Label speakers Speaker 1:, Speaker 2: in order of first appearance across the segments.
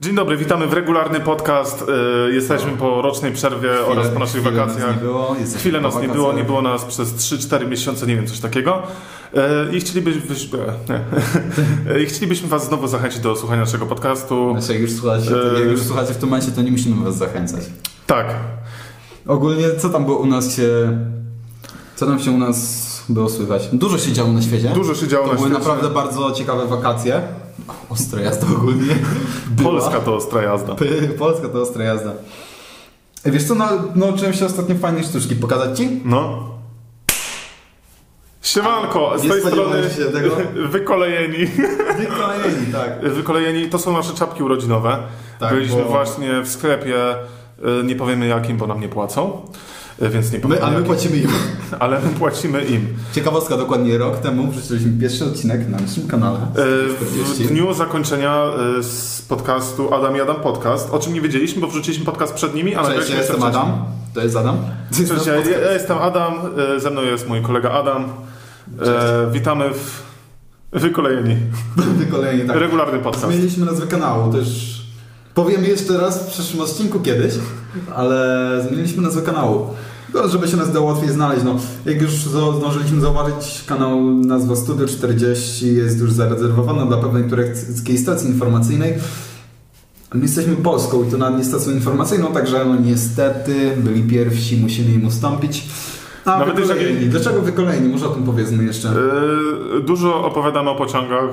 Speaker 1: Dzień dobry, witamy w regularny podcast. E, Jesteśmy po rocznej przerwie oraz po naszych
Speaker 2: chwilę
Speaker 1: wakacjach.
Speaker 2: Nas nie było, jesteśmy
Speaker 1: Chwilę
Speaker 2: po
Speaker 1: nas nie
Speaker 2: wakacjach.
Speaker 1: było, nie było nas przez 3-4 miesiące, nie wiem, coś takiego. E, I chcielibyśmy, e, nie. I chcielibyśmy Was znowu zachęcić do słuchania naszego podcastu.
Speaker 2: Znaczy, jak już, słuchacie, to, jak już słuchacie w tym momencie, to nie musimy was zachęcać.
Speaker 1: Tak,
Speaker 2: Ogólnie, co tam było u nas się... Co tam się u nas było słychać? Dużo się działo na świecie.
Speaker 1: dużo się działo
Speaker 2: to
Speaker 1: na
Speaker 2: były
Speaker 1: świecie.
Speaker 2: naprawdę bardzo ciekawe wakacje. Ostra jazda ogólnie. Była.
Speaker 1: Polska to ostra jazda.
Speaker 2: P- Polska to ostra jazda. Ej, Wiesz co, nau- nauczyłem się ostatnio fajnej sztuczki. Pokazać ci?
Speaker 1: No. Siemanko, z
Speaker 2: Nie
Speaker 1: tej strony
Speaker 2: spodziewałem się tego.
Speaker 1: wykolejeni.
Speaker 2: Wykolejeni, tak.
Speaker 1: Wykolejeni to są nasze czapki urodzinowe.
Speaker 2: Tak,
Speaker 1: Byliśmy
Speaker 2: bo-
Speaker 1: właśnie w sklepie, y, nie powiemy jakim, bo nam nie płacą, y, więc nie powiemy
Speaker 2: My, a my
Speaker 1: jakim,
Speaker 2: płacimy im.
Speaker 1: ale my płacimy im.
Speaker 2: Ciekawostka, dokładnie rok temu przeczytaliśmy pierwszy odcinek na naszym kanale.
Speaker 1: Y, W
Speaker 2: 40.
Speaker 1: dniu zakończenia y, z podcastu Adam i Adam Podcast, o czym nie wiedzieliśmy, bo wrzuciliśmy podcast przed nimi, a
Speaker 2: Cześć, ja
Speaker 1: nagraliśmy
Speaker 2: jestem
Speaker 1: jeszcze wcześniej.
Speaker 2: Adam. To jest Adam.
Speaker 1: Cześć, ja, ja jestem Adam, y, ze mną jest mój kolega Adam. Y,
Speaker 2: Cześć.
Speaker 1: Witamy w Wykolejeni.
Speaker 2: Kolejny tak.
Speaker 1: Regularny podcast.
Speaker 2: Zmieniliśmy nazwę kanału, też powiem jeszcze raz w przyszłym odcinku kiedyś, ale zmieniliśmy nazwę kanału. No, żeby się nas dało łatwiej znaleźć, no. Jak już zo- zdążyliśmy zauważyć, kanał nazwa Studio 40 jest już zarezerwowana dla pewnej tureckiej stacji informacyjnej. My jesteśmy Polską i to nawet nie stacją informacyjną, także no niestety byli pierwsi, musimy im ustąpić. A
Speaker 1: Nawet
Speaker 2: Nawet wy
Speaker 1: jeżeli-
Speaker 2: kolejni. Dlaczego wy kolejni? Może o tym powiedzmy jeszcze.
Speaker 1: Y, Dużo opowiadamy o pociągach,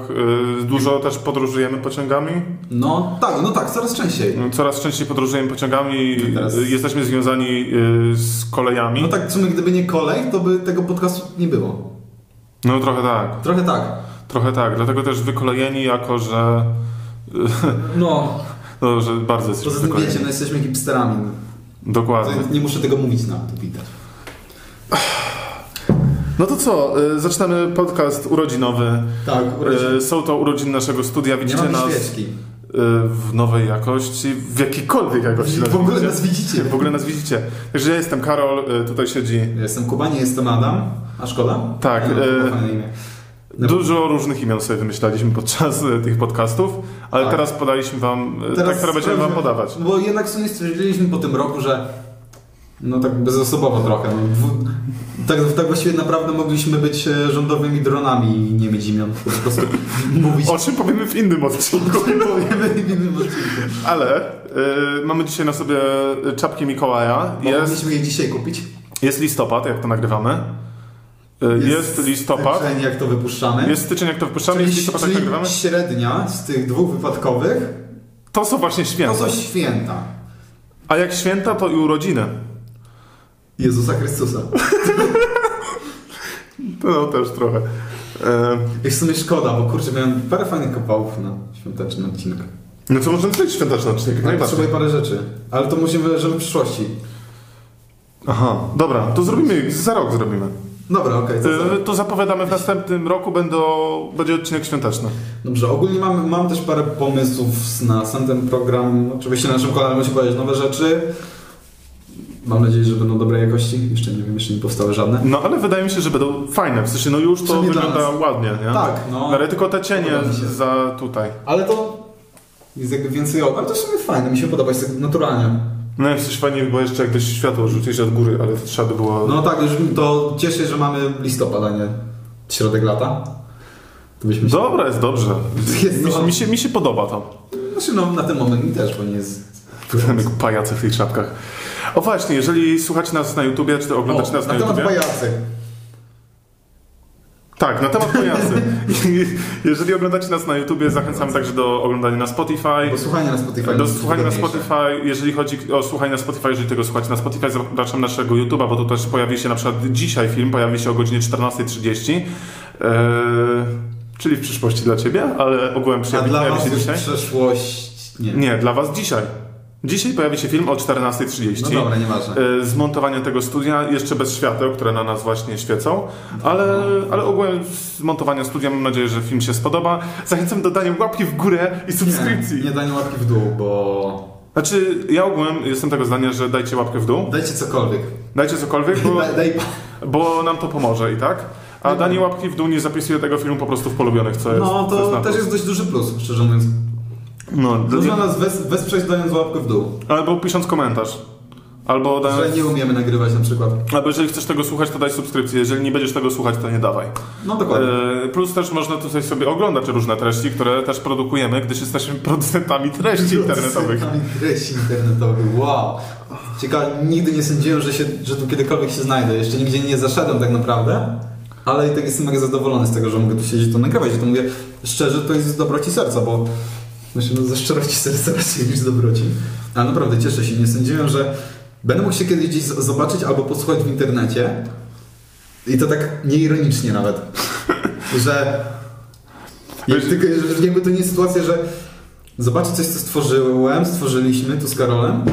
Speaker 1: y, dużo też podróżujemy pociągami.
Speaker 2: No tak, no tak, coraz częściej.
Speaker 1: Coraz częściej podróżujemy pociągami,
Speaker 2: No teraz-
Speaker 1: y, jesteśmy związani y, z kolejami.
Speaker 2: No
Speaker 1: No,
Speaker 2: tak, w sumie gdyby nie kolej, to by tego podcastu nie było.
Speaker 1: trochę tak,
Speaker 2: Trochę tak.
Speaker 1: trochę tak. Dlatego też wykolejeni jako, że,
Speaker 2: No,
Speaker 1: no, że bardzo jesteśmy
Speaker 2: poza tym wiecie,
Speaker 1: wykolejeni.
Speaker 2: no jesteśmy hipsterami.
Speaker 1: Dokładnie.
Speaker 2: To Nie muszę tego mówić na to widać.
Speaker 1: No to co, y, zaczynamy podcast urodzinowy.
Speaker 2: Tak,
Speaker 1: Y, Są to urodziny naszego studia,
Speaker 2: Widzicie
Speaker 1: widzicie
Speaker 2: nie
Speaker 1: nas
Speaker 2: mamy
Speaker 1: y,
Speaker 2: świeczki.
Speaker 1: w nowej jakości, w jakiejkolwiek jakości.
Speaker 2: W ogóle
Speaker 1: widzicie.
Speaker 2: nas widzicie.
Speaker 1: w ogóle nas widzicie. Także ja jestem Karol, y, tutaj siedzi
Speaker 2: Ja jestem Kubanie, jestem Adam. A szkoda?
Speaker 1: Tak,
Speaker 2: Nie, no,
Speaker 1: e,
Speaker 2: to fajne imię. No,
Speaker 1: Dużo różnych imion sobie wymyślaliśmy podczas e, tych podcastów, ale
Speaker 2: Tak.
Speaker 1: teraz podaliśmy wam, e, tak, które będziemy wam
Speaker 2: sprawdźmy-
Speaker 1: podawać.
Speaker 2: Bo jednak w sumie stwierdziliśmy po tym roku, że no tak bezosobowo trochę. No, w, tak, tak właściwie naprawdę mogliśmy być e, rządowymi dronami i nie mieć imion. Po prostu mówić
Speaker 1: O czym powiemy w innym odcinku,
Speaker 2: Powiemy w innym odcinku.
Speaker 1: ale e, mamy dzisiaj na sobie czapki Mikołaja. Jest,
Speaker 2: Mogliśmy je dzisiaj kupić.
Speaker 1: jest listopad, jak to nagrywamy. E, Jest, listopad.
Speaker 2: Styczeń, jak to wypuszczamy.
Speaker 1: Jest styczeń, jak to wypuszczamy, jest
Speaker 2: czyli,
Speaker 1: listopad, jak
Speaker 2: czyli
Speaker 1: nagrywamy.
Speaker 2: średnia z tych dwóch wypadkowych
Speaker 1: To są właśnie
Speaker 2: to
Speaker 1: święta.
Speaker 2: są święta.
Speaker 1: A jak święta, to i urodziny.
Speaker 2: Jezusa Chrystusa.
Speaker 1: No też trochę. E,
Speaker 2: I w sumie szkoda, bo kurczę, miałem parę fajnych kopałów na świąteczny odcinek.
Speaker 1: No co możemy zrobić świąteczny odcinek?
Speaker 2: Ale
Speaker 1: Najbardziej.
Speaker 2: potrzebuję parę rzeczy. Ale to musimy, żeby w przyszłości.
Speaker 1: Aha, dobra, to zrobimy, za rok zrobimy.
Speaker 2: Dobra, okej. to za-
Speaker 1: Y, To zapowiadamy w następnym roku będą, będzie odcinek świąteczny.
Speaker 2: Dobrze, ogólnie mam, mam też parę pomysłów na sam ten program. Oczywiście na naszym kanale musi pojawiać nowe rzeczy. Mam nadzieję, że będą dobrej jakości. Jeszcze nie wiem, jeszcze nie powstały żadne.
Speaker 1: No ale wydaje mi się, że będą fajne. W sensie no już to
Speaker 2: Przynajmniej dla
Speaker 1: wygląda
Speaker 2: nas.
Speaker 1: ładnie, nie?
Speaker 2: Tak,
Speaker 1: No,
Speaker 2: no.
Speaker 1: Ale tylko te cienie
Speaker 2: Podoba mi się.
Speaker 1: za tutaj.
Speaker 2: Ale to jest jakby więcej o... Ale to w sumie fajne, mi się podoba, jest tak naturalnie.
Speaker 1: No i w sensie fajnie by było jeszcze jakbyś światło rzucić od góry, ale to trzeba by było...
Speaker 2: No tak, już to cieszę się, że mamy listopad, a nie środek lata. To byśmy się...
Speaker 1: Dobra, jest dobrze.
Speaker 2: Jest
Speaker 1: mi,
Speaker 2: to-
Speaker 1: mi, się, mi się podoba to.
Speaker 2: Znaczy no na ten moment mi też, bo nie jest...
Speaker 1: Wyglądam jak pajace w tych czapkach. O właśnie, jeżeli słuchacie nas na YouTubie, czy oglądacie nas na,
Speaker 2: na temat
Speaker 1: YouTubie...
Speaker 2: pajacy.
Speaker 1: Tak, na temat pajacy. jeżeli oglądacie nas na YouTubie, zachęcam także do oglądania na Spotify.
Speaker 2: Bo słuchanie na Spotify.
Speaker 1: Do
Speaker 2: jest
Speaker 1: słuchania na
Speaker 2: wygodniejsze.
Speaker 1: Spotify, jeżeli chodzi o słuchanie na Spotify, jeżeli tego słuchacie na Spotify, zapraszam naszego YouTube'a, bo tu też pojawi się na przykład dzisiaj film, pojawi się o godzinie 14.30, eee, czyli w przyszłości dla Ciebie, ale ogółem
Speaker 2: A
Speaker 1: przyjemnie
Speaker 2: dla
Speaker 1: pojawi
Speaker 2: was
Speaker 1: się
Speaker 2: już
Speaker 1: dzisiaj.
Speaker 2: przeszłość... Nie.
Speaker 1: Nie, dla Was dzisiaj. Dzisiaj pojawi się film o 14.30.
Speaker 2: No dobra, nieważne.
Speaker 1: Eee, Zmontowanie tego studia, jeszcze bez świateł, które na nas właśnie świecą, ale, ale ogółem zmontowanie studia, mam nadzieję, że film się spodoba. Zachęcam do dania łapki w górę i subskrypcji.
Speaker 2: Nie, nie danie łapki w dół, bo...
Speaker 1: Znaczy, ja ogółem jestem tego zdania, że dajcie łapkę w dół,
Speaker 2: Dajcie cokolwiek.
Speaker 1: dajcie cokolwiek, bo,
Speaker 2: Daj, daj...
Speaker 1: bo nam No. to pomoże i tak. A
Speaker 2: No
Speaker 1: danie
Speaker 2: tak.
Speaker 1: łapki w dół nie zapisuje tego filmu po prostu w polubionych, co jest.
Speaker 2: No
Speaker 1: co
Speaker 2: to
Speaker 1: na
Speaker 2: też jest dość duży plus, szczerze mówiąc.
Speaker 1: No,
Speaker 2: Można nas wes- wesprzeć dając łapkę w dół.
Speaker 1: Albo pisząc komentarz. Albo,
Speaker 2: Że
Speaker 1: dając,
Speaker 2: nie umiemy nagrywać na przykład.
Speaker 1: albo jeżeli chcesz tego słuchać, to daj subskrypcję. Jeżeli nie będziesz tego słuchać, to nie dawaj.
Speaker 2: No dokładnie.
Speaker 1: E, Plus też można tutaj sobie oglądać różne treści, które też produkujemy, gdyż jesteśmy producentami treści internetowych.
Speaker 2: Treści internetowych, wow. Ciekawe, nigdy nie sądziłem, że, się, że tu kiedykolwiek się znajdę. Jeszcze nigdzie nie zaszedłem tak naprawdę, ale i tak jestem mega zadowolony z tego, że mogę tu siedzieć i to nagrywać. I to mówię szczerze, to jest z dobroci serca, bo myślę, no ze szczerości serca raczej niż z dobroci. Ale naprawdę cieszę się, nie sądziłem, że będę mógł się kiedyś gdzieś z- zobaczyć albo posłuchać w internecie i to tak nieironicznie nawet, że... I
Speaker 1: Wiesz-
Speaker 2: tylko, że jakby to nie jest sytuacja, że Zobaczę coś, co stworzyłem, stworzyliśmy tu z Karolem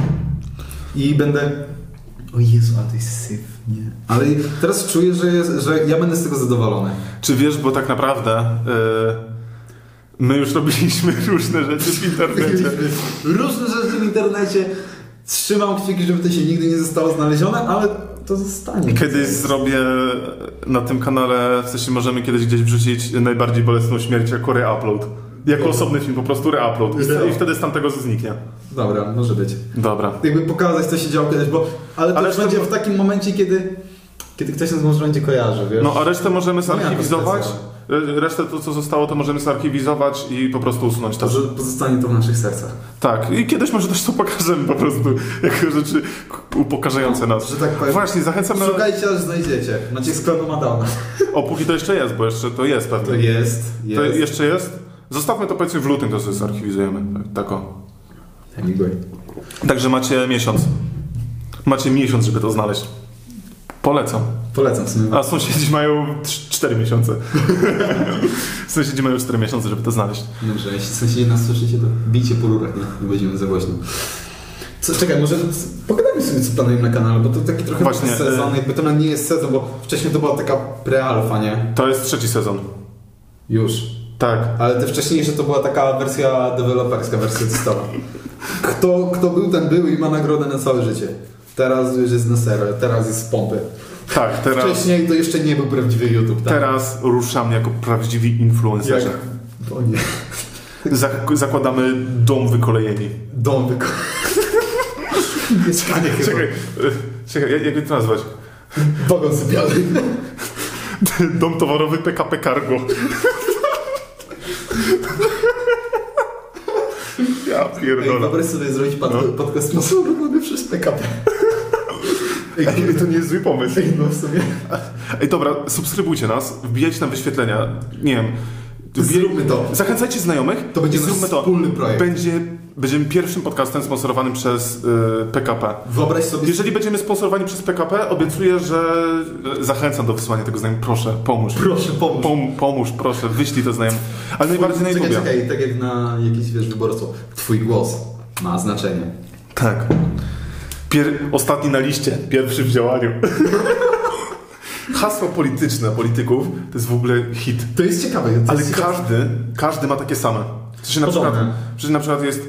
Speaker 2: i będę... O Jezu, ale to jest syf, nie? Ale teraz czuję, że, jest, że ja będę z tego zadowolony.
Speaker 1: Czy wiesz, bo tak naprawdę e, my już robiliśmy różne rzeczy w internecie.
Speaker 2: Tak Różne rzeczy w internecie. Trzymam kciuki, żeby to się nigdy nie zostało znalezione, ale to zostanie.
Speaker 1: Kiedyś zrobię na tym kanale, w sensie możemy kiedyś gdzieś wrzucić najbardziej bolesną śmierć jako reupload. Jako osobny film, po prostu reupload. I, I wtedy z tamtego zniknie.
Speaker 2: Dobra, może być.
Speaker 1: Dobra.
Speaker 2: Jakby pokazać, co się działo kiedyś, bo... Ale to
Speaker 1: Ale
Speaker 2: już
Speaker 1: to-
Speaker 2: będzie w takim momencie, kiedy... Kiedy ktoś nas może będzie kojarzył, wiesz?
Speaker 1: No a resztę możemy
Speaker 2: No ja
Speaker 1: zarchiwizować.
Speaker 2: to
Speaker 1: Re- Resztę to, co zostało, to możemy zarchiwizować i po prostu usunąć to.
Speaker 2: To, że pozostanie to w naszych sercach.
Speaker 1: Tak, i kiedyś może też to pokażemy po prostu, jako rzeczy k- upokarzające nas.
Speaker 2: Że tak powiem.
Speaker 1: Właśnie, zachęcam na...
Speaker 2: Szukajcie, aż znajdziecie. Macie sklep Madonna.
Speaker 1: O, póki to jeszcze jest, bo jeszcze to jest pewnie.
Speaker 2: To jest,
Speaker 1: To
Speaker 2: jest.
Speaker 1: jeszcze jest? Zostawmy to powiedzmy w lutym, to sobie zarchiwizujemy. Tak, tak o.
Speaker 2: Hemingway.
Speaker 1: Także macie miesiąc. Macie miesiąc, żeby to znaleźć. Polecam.
Speaker 2: Polecam w sumie.
Speaker 1: A sąsiedzi mają 4 miesiące. sąsiedzi mają 4 miesiące, żeby to znaleźć.
Speaker 2: Dobrze, jeśli sąsiedzi nas słyszycie, to bijcie po rurach, nie, nie będziemy za głośno. Co, czekaj, może c- pogadajmy sobie, co planujemy na kanale, bo to taki trochę
Speaker 1: Właśnie,
Speaker 2: nowy sezon,
Speaker 1: e-
Speaker 2: jakby to nawet nie jest sezon, bo wcześniej to była taka prealfa, nie?
Speaker 1: To jest trzeci sezon.
Speaker 2: Już.
Speaker 1: Tak.
Speaker 2: Ale te wcześniejsze to była taka wersja deweloperska, wersja testowa. Kto, kto był, ten był i ma nagrodę na całe życie. Teraz już jest na serwer, teraz jest z pompy.
Speaker 1: Tak, teraz,
Speaker 2: Wcześniej to jeszcze nie był prawdziwy YouTube, tak?
Speaker 1: teraz ruszamy jako prawdziwi influencerzy.
Speaker 2: Jak... O nie.
Speaker 1: Zak- zakładamy dom wykolejeni.
Speaker 2: Dom wyko... Mieszkanie chyba.
Speaker 1: Czekaj, e, czekaj, jak- jakby to nazwać?
Speaker 2: Wagon sypialny.
Speaker 1: Dom towarowy PKP Cargo. Ja
Speaker 2: Ej,
Speaker 1: pierdolę.
Speaker 2: Wyobraź sobie zrobić pod,
Speaker 1: No.
Speaker 2: podcast mocno robiony przez PKP. Ej,
Speaker 1: Ej, to nie jest zły pomysł.
Speaker 2: Ej, no w sumie.
Speaker 1: Ej, dobra, subskrybujcie nas, wbijajcie nam wyświetlenia, nie wiem. wbijaj-
Speaker 2: Zróbmy to.
Speaker 1: Zachęcajcie znajomych,
Speaker 2: To będzie
Speaker 1: i
Speaker 2: nasz
Speaker 1: zróbmy to.
Speaker 2: wspólny projekt.
Speaker 1: Będzie, będziemy pierwszym podcastem sponsorowanym przez y, PKP.
Speaker 2: Wyobraź sobie...
Speaker 1: Jeżeli będziemy sponsorowani przez PKP, obiecuję, że zachęcam do wysłania tego znajomym. Proszę, pomóż.
Speaker 2: Proszę, pomóż.
Speaker 1: Pom, pomóż, proszę, wyślij to znajomym. Ale najbardziej na
Speaker 2: Czekaj,
Speaker 1: YouTubie.
Speaker 2: czekaj, tak jak na jakiś, wiesz, wyborców. Twój głos ma znaczenie.
Speaker 1: Tak. Pier... Ostatni na liście, pierwszy w działaniu. Hasło polityczne polityków to jest w ogóle hit.
Speaker 2: To jest ciekawe. To
Speaker 1: Ale
Speaker 2: jest ciekawe.
Speaker 1: każdy, każdy ma takie same. W sensie na
Speaker 2: Podobne.
Speaker 1: przykład, przecież na przykład jest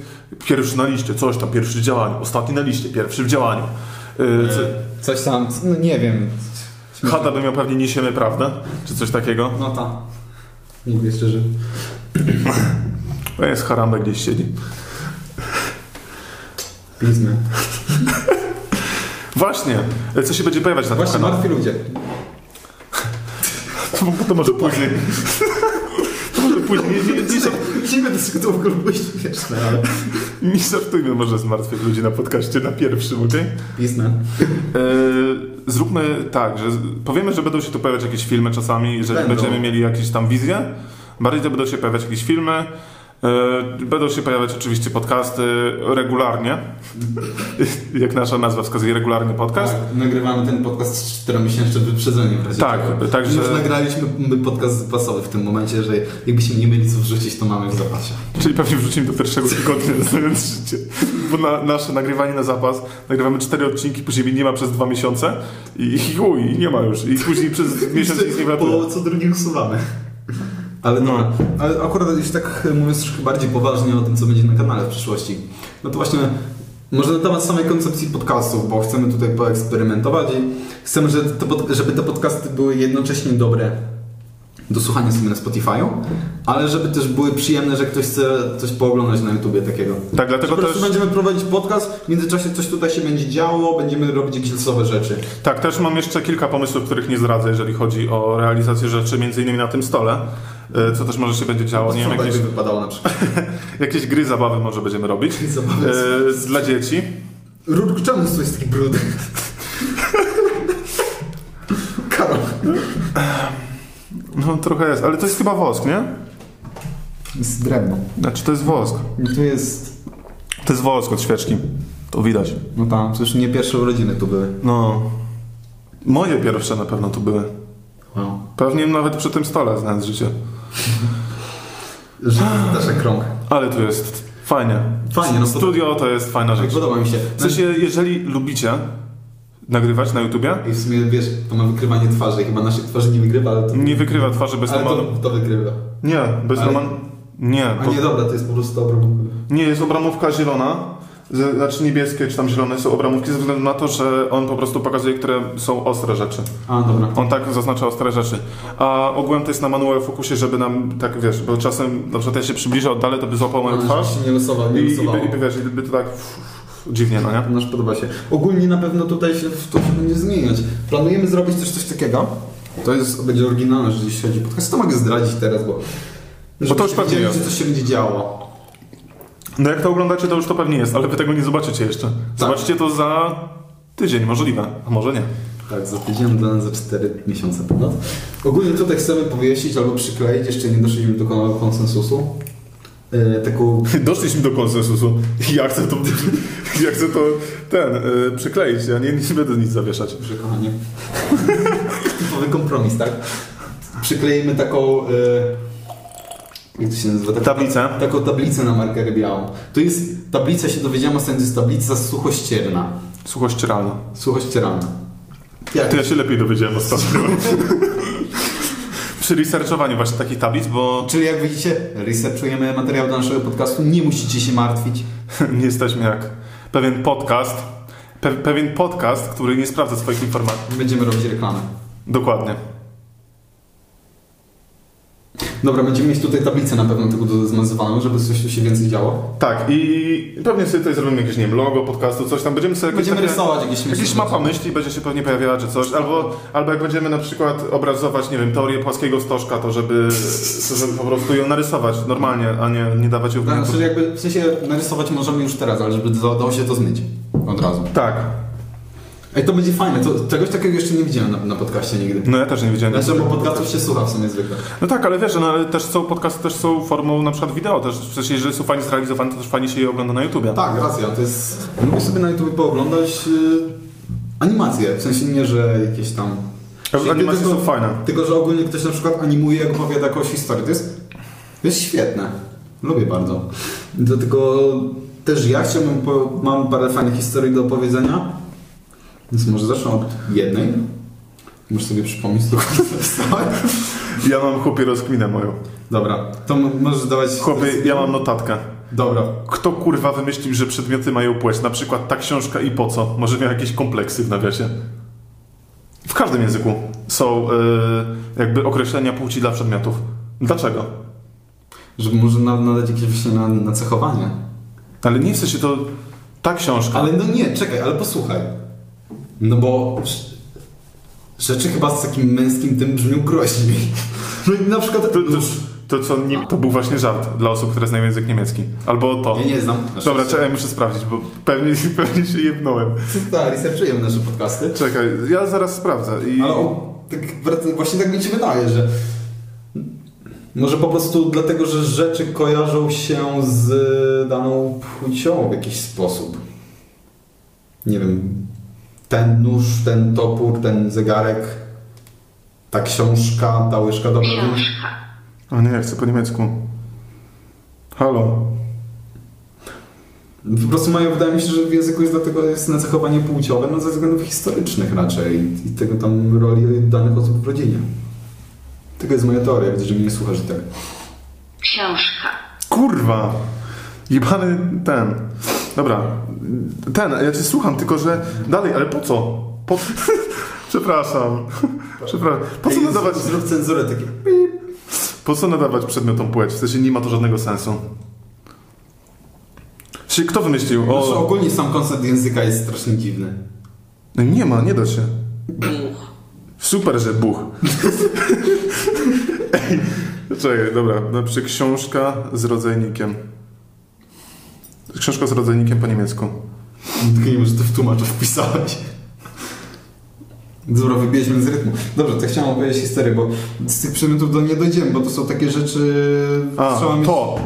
Speaker 1: pierwszy na liście, coś tam, pierwszy w działaniu, ostatni na liście, pierwszy w działaniu. Yy, co-
Speaker 2: Coś tam... No nie wiem.
Speaker 1: Hada by miał pewnie niesiemy prawdę, czy coś takiego.
Speaker 2: No ta. Mówię szczerze.
Speaker 1: To jest harambę gdzieś siedzi.
Speaker 2: Pizmy.
Speaker 1: Właśnie, e, co się będzie pojawiać na tym
Speaker 2: Właśnie,
Speaker 1: kanale?
Speaker 2: martwi ludzie.
Speaker 1: To, to może później. to może później. Nie, nie, nie,
Speaker 2: Nie będę z tego w ogóle było śmieszne, no, ale...
Speaker 1: nie żartujmy może z martwych ludzi na podcaście na pierwszym, okej?
Speaker 2: Pizmy.
Speaker 1: Yy, zróbmy tak, że z- powiemy, że będą się tu pojawiać jakieś filmy czasami, jeżeli
Speaker 2: Będą.
Speaker 1: będziemy mieli jakieś tam wizje. Bardziej to będą się pojawiać jakieś filmy. Yy, Będą się pojawiać oczywiście podcasty regularnie. Jak nasza nazwa wskazuje, regularny podcast.
Speaker 2: Tak, nagrywamy ten podcast z 4 miesięcznym wyprzedzeniem. w razie
Speaker 1: Tak,
Speaker 2: czego.
Speaker 1: także-
Speaker 2: Już nagraliśmy my podcast zapasowy w tym momencie, że jakbyśmy nie mieli co wrzucić, to mamy w zapasie.
Speaker 1: Czyli pewnie wrzucimy do pierwszego tygodnia, znając życie. Bo na, nasze nagrywanie na zapas, nagrywamy cztery odcinki, później nie ma przez dwa miesiące i, i chuj, i nie ma już. I później przez miesiąc nic nie wlatuje.
Speaker 2: Po co drugi usuwamy. Ale
Speaker 1: No.
Speaker 2: no. Ale akurat już tak e, mówiąc troszkę bardziej poważnie o tym, co będzie na kanale w przyszłości. No to właśnie może na temat samej koncepcji podcastów, bo chcemy tutaj poeksperymentować i chcemy, żeby te, pod, żeby te podcasty były jednocześnie dobre do słuchania sobie na Spotify'u, ale żeby też były przyjemne, że ktoś chce coś pooglądać na YouTubie takiego.
Speaker 1: Tak,
Speaker 2: Po
Speaker 1: dlatego też...
Speaker 2: prostu będziemy prowadzić podcast, w międzyczasie coś tutaj się będzie działo, będziemy robić jakieś losowe rzeczy.
Speaker 1: Tak, też mam jeszcze kilka pomysłów, których nie zdradzę, jeżeli chodzi o realizację rzeczy, między innymi na tym stole, e, co też może się będzie działo. Nie wiem,
Speaker 2: Co
Speaker 1: jakieś,
Speaker 2: będzie wypadało na przykład.
Speaker 1: jakiees gry zabawy może będziemy robić
Speaker 2: Zabawy.
Speaker 1: e, dla dzieci.
Speaker 2: Rudku, czemu jesteś taki brudny? Karol.
Speaker 1: No trochę jest, ale to jest chyba wosk, nie?
Speaker 2: Z drewno.
Speaker 1: Znaczy to jest wosk.
Speaker 2: Tu jest...
Speaker 1: To jest wosk od świeczki. To widać.
Speaker 2: No tam, to już nie pierwsze urodziny tu były.
Speaker 1: No. Moje pierwsze na pewno tu były.
Speaker 2: Wow.
Speaker 1: Pewnie nawet przy tym stole znając życie.
Speaker 2: Że krąg.
Speaker 1: Ale tu jest fajnie.
Speaker 2: Fajnie, no to-
Speaker 1: Studio to jest fajna rzecz.
Speaker 2: Podoba mi się.
Speaker 1: W sensie, jeżeli lubicie nagrywać na YouTubie,
Speaker 2: Znaczy, I w sumie wiesz, to ma wykrywanie twarzy. Chyba naszych twarzy nie wygrywa, ale to.
Speaker 1: nie wykrywa twarzy bez
Speaker 2: ale
Speaker 1: romanu.
Speaker 2: to, to wygrywa.
Speaker 1: Nie, bez
Speaker 2: Ale-
Speaker 1: roman... Nie,
Speaker 2: A
Speaker 1: bo...
Speaker 2: nie dobra, to jest po prostu dobra.
Speaker 1: nie, jest obramówka zielona, z- znaczy niebieskie czy tam zielone są obramówki ze względu na to, że on po prostu pokazuje, które są ostre rzeczy.
Speaker 2: A dobra.
Speaker 1: On tak zaznacza ostre rzeczy. A ogółem to jest na manual fokusie, żeby nam, tak wiesz, bo czasem na przykład ja się przybliżę, oddalę, to by złapał moją
Speaker 2: Ale
Speaker 1: twarz
Speaker 2: się nie losował,
Speaker 1: i,
Speaker 2: nie
Speaker 1: i, by,
Speaker 2: losowało.
Speaker 1: i by wiesz, i by to tak dziwnie, no nie?
Speaker 2: Nasz podoba się. Ogólnie na pewno tutaj się w- to się będzie zmieniać. Planujemy zrobić też coś takiego. To jest, będzie oryginalne, że jeśli chodzi o podcast. To mogę zdradzić teraz, bo... żeby
Speaker 1: to już
Speaker 2: się
Speaker 1: pewnie
Speaker 2: wiedzieli,
Speaker 1: jest.
Speaker 2: że coś się będzie działo.
Speaker 1: No jak to oglądacie, to już to pewnie jest, ale wy tego nie zobaczycie
Speaker 2: Tak.
Speaker 1: jeszcze. Zobaczycie to za tydzień, możliwe, a może nie.
Speaker 2: Tak, za tydzień dla nas za 4 miesiące ponad. Ogólnie tutaj chcemy powiesić albo przykleić, jeszcze nie doszliśmy do kon- konsensusu. Yy, taką
Speaker 1: Doszliśmy do konsensusu. Ja chcę to, ja chcę to ten, y, przykleić. Ja nie, nie będę nic zawieszać.
Speaker 2: Dobrze, kochanie. Typowy kompromis, tak? Przykleimy taką. E, jak to się nazywa? Taką,
Speaker 1: Tablicę.
Speaker 2: Taką tablicę na markerę białą. To jest tablica, się dowiedziałem ostatnio, to jest tablica suchościerna.
Speaker 1: Słuchość rano.
Speaker 2: Suchościeralna. Jak?
Speaker 1: To ja się lepiej dowiedziałem ostatnio. Przy researchowaniu właśnie takich tablic, bo
Speaker 2: Czyli jak widzicie, researchujemy materiał do naszego podcastu, nie musicie się martwić.
Speaker 1: nie jesteśmy jak pewien podcast, pe pewien podcast, który nie sprawdza swoich informacji.
Speaker 2: Będziemy robić reklamę.
Speaker 1: Dokładnie.
Speaker 2: Dobra, będziemy mieć tutaj tablicę na pewno tego zmazywaną, żeby coś tu się więcej działo.
Speaker 1: Tak, i pewnie sobie tutaj zrobimy jakieś, nie wiem, logo podcastu, coś tam. Będziemy sobie jakieś
Speaker 2: Będziemy
Speaker 1: takie-
Speaker 2: rysować jakieś
Speaker 1: Jakaś
Speaker 2: myśli.
Speaker 1: mapa myśli będzie się pewnie pojawiała, czy coś. Albo, albo jak będziemy na przykład obrazować, nie wiem, teorię płaskiego stożka, to żeby, to żeby po prostu ją narysować normalnie, a nie, nie dawać ją w
Speaker 2: Tak,
Speaker 1: ręku.
Speaker 2: Znaczy jakby w sensie narysować możemy już teraz, ale żeby dało się to zmyć od razu.
Speaker 1: Tak.
Speaker 2: Ej, to będzie fajne, to, czegoś takiego jeszcze nie widziałem na, na podcaście nigdy.
Speaker 1: No ja też nie wiedziałem.
Speaker 2: Znaczy, bo podcastów się słucha w sumie zwykle.
Speaker 1: No tak, ale wiesz, no, ale też są podcasty, też są formą na przykład wideo. Też, w sensie, jeżeli są fajnie zrealizowane, to też fajnie się je ogląda na YouTubie.
Speaker 2: Tak, racja, to jest... Mogę sobie na YouTube pooglądać y, animacje, w sensie nie, że jakieś tam...
Speaker 1: Animacje
Speaker 2: tylko,
Speaker 1: są fajne.
Speaker 2: Tylko, że ogólnie ktoś na przykład animuje, jak opowiada jakąś historię, to jest... To jest świetne. Lubię bardzo. Dlatego też ja chciałbym... Po, mam parę fajnych historii do opowiedzenia, więc może zacznę od jednej. Muszę sobie przypomnieć, tylko
Speaker 1: Ja mam chłopie rozkminę moją.
Speaker 2: Dobra, to m- możesz dawać...
Speaker 1: Chłopie, ja mam notatkę.
Speaker 2: Dobra.
Speaker 1: Kto kurwa wymyślił, że przedmioty mają płeć? Na przykład ta książka i po co? Może miał jakieś kompleksy w nawiasie. W każdym języku są y, jakby określenia płci dla przedmiotów. Dlaczego?
Speaker 2: Żeby może na- nadać jakieś właśnie na, na cechowanie.
Speaker 1: Ale nie chce się to... Ta książka.
Speaker 2: Ale no nie, czekaj, ale posłuchaj. No bo sz- rzeczy chyba z takim męskim tym brzmią groźniej. No i na przykład...
Speaker 1: To, to, to, co nie, to był właśnie żart dla osób, które znają język niemiecki. Albo to.
Speaker 2: Ja nie no, znam.
Speaker 1: Dobra, czekaj, muszę sprawdzić, bo pewnie, pewnie się jebnąłem.
Speaker 2: Tak, researchujemy nasze podcasty.
Speaker 1: Czekaj, ja zaraz sprawdzę i...
Speaker 2: Ale o, tak, wrac- właśnie tak mi się wydaje, że... Może po prostu dlatego, że rzeczy kojarzą się z daną płcią w jakiś sposób. Nie wiem. Ten nóż, ten topór, ten zegarek, ta książka, ta łyżka do mrowienia.
Speaker 3: Książka.
Speaker 1: O nie, ja chcę po niemiecku. Halo.
Speaker 2: Po prostu mają, wydaje mi się, że w języku jest dlatego jest nacechowanie płciowe, no ze względów historycznych raczej i tego tam roli danych osób w rodzinie. Tego jest moja teoria, widzę, że mnie nie słuchasz i tak.
Speaker 3: Książka.
Speaker 1: Kurwa! Jebany ten. Dobra. Ten, ja cię słucham, tylko że dalej, ale po co? Po... Przepraszam. Przepraszam. Po co
Speaker 2: Ej,
Speaker 1: nadawać?
Speaker 2: Zrób cenzurę takie.
Speaker 1: Po co nadawać przedmiotom płeć? W sensie nie ma to żadnego sensu. W sensie, Kto wymyślił?
Speaker 2: Znaczy,
Speaker 1: O,
Speaker 2: ogólnie sam koncept języka jest strasznie dziwny.
Speaker 1: no nie ma, nie da się.
Speaker 3: buch,
Speaker 1: Super, że buch. Ej, czekaj, dobra. Znaczy książka z rodzajnikiem. Książka z rodzajnikiem po niemiecku.
Speaker 2: Tylko nie wiem, że to w tłumaczu wpisałeś. Dobra, wybiliśmy z rytmu. Dobrze, to chciałem opowiedzieć historię, bo z tych przedmiotów do nie dojdziemy, bo to są takie rzeczy...
Speaker 1: A,
Speaker 2: trzeba mieć-
Speaker 1: to.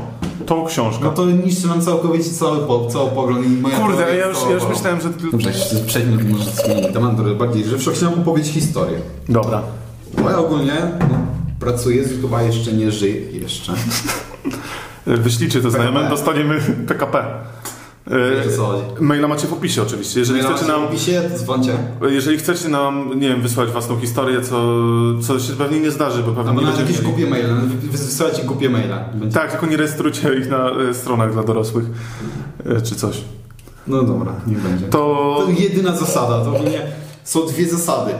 Speaker 1: To
Speaker 2: No
Speaker 1: książka.
Speaker 2: to niszczy nam całkowicie cały, po, cały pogląd i moja
Speaker 1: Kurde,
Speaker 2: teoria
Speaker 1: ja już, ja już
Speaker 2: cała-
Speaker 1: myślałem, że...
Speaker 2: Dobrze, jeszcze przejdźmy do może zmienić temat trochę bardziej żywszy. Chciałem opowiedzieć historię.
Speaker 1: Dobra.
Speaker 2: Bo ja ogólnie no, pracuję z YouTube'a, jeszcze nie żyję. Jeszcze.
Speaker 1: Wyślijcie to znajomym,
Speaker 2: PKP.
Speaker 1: dostaniemy PKP.
Speaker 2: Wiecie, co chodzi.
Speaker 1: E, Maila macie w opisie oczywiście. Jeżeli
Speaker 2: Jeżeli
Speaker 1: chcecie nam,
Speaker 2: Pisie, dzwoncie.
Speaker 1: jeżeli chcecie nam, nie wiem, wysłać własną historię, co, co się pewnie nie zdarzy, bo pewnie
Speaker 2: Albo
Speaker 1: nie
Speaker 2: nawet
Speaker 1: będziemy
Speaker 2: jakieś
Speaker 1: mieli.
Speaker 2: głupie maile. nawet wy- Wysyłajcie głupie maila. Będzie-
Speaker 1: Tak, tylko nie rejestrujcie ich na e, stronach dla dorosłych e, czy coś.
Speaker 2: No dobra, nie będzie. To...
Speaker 1: To
Speaker 2: jedyna zasada. To ogólnie są dwie zasady.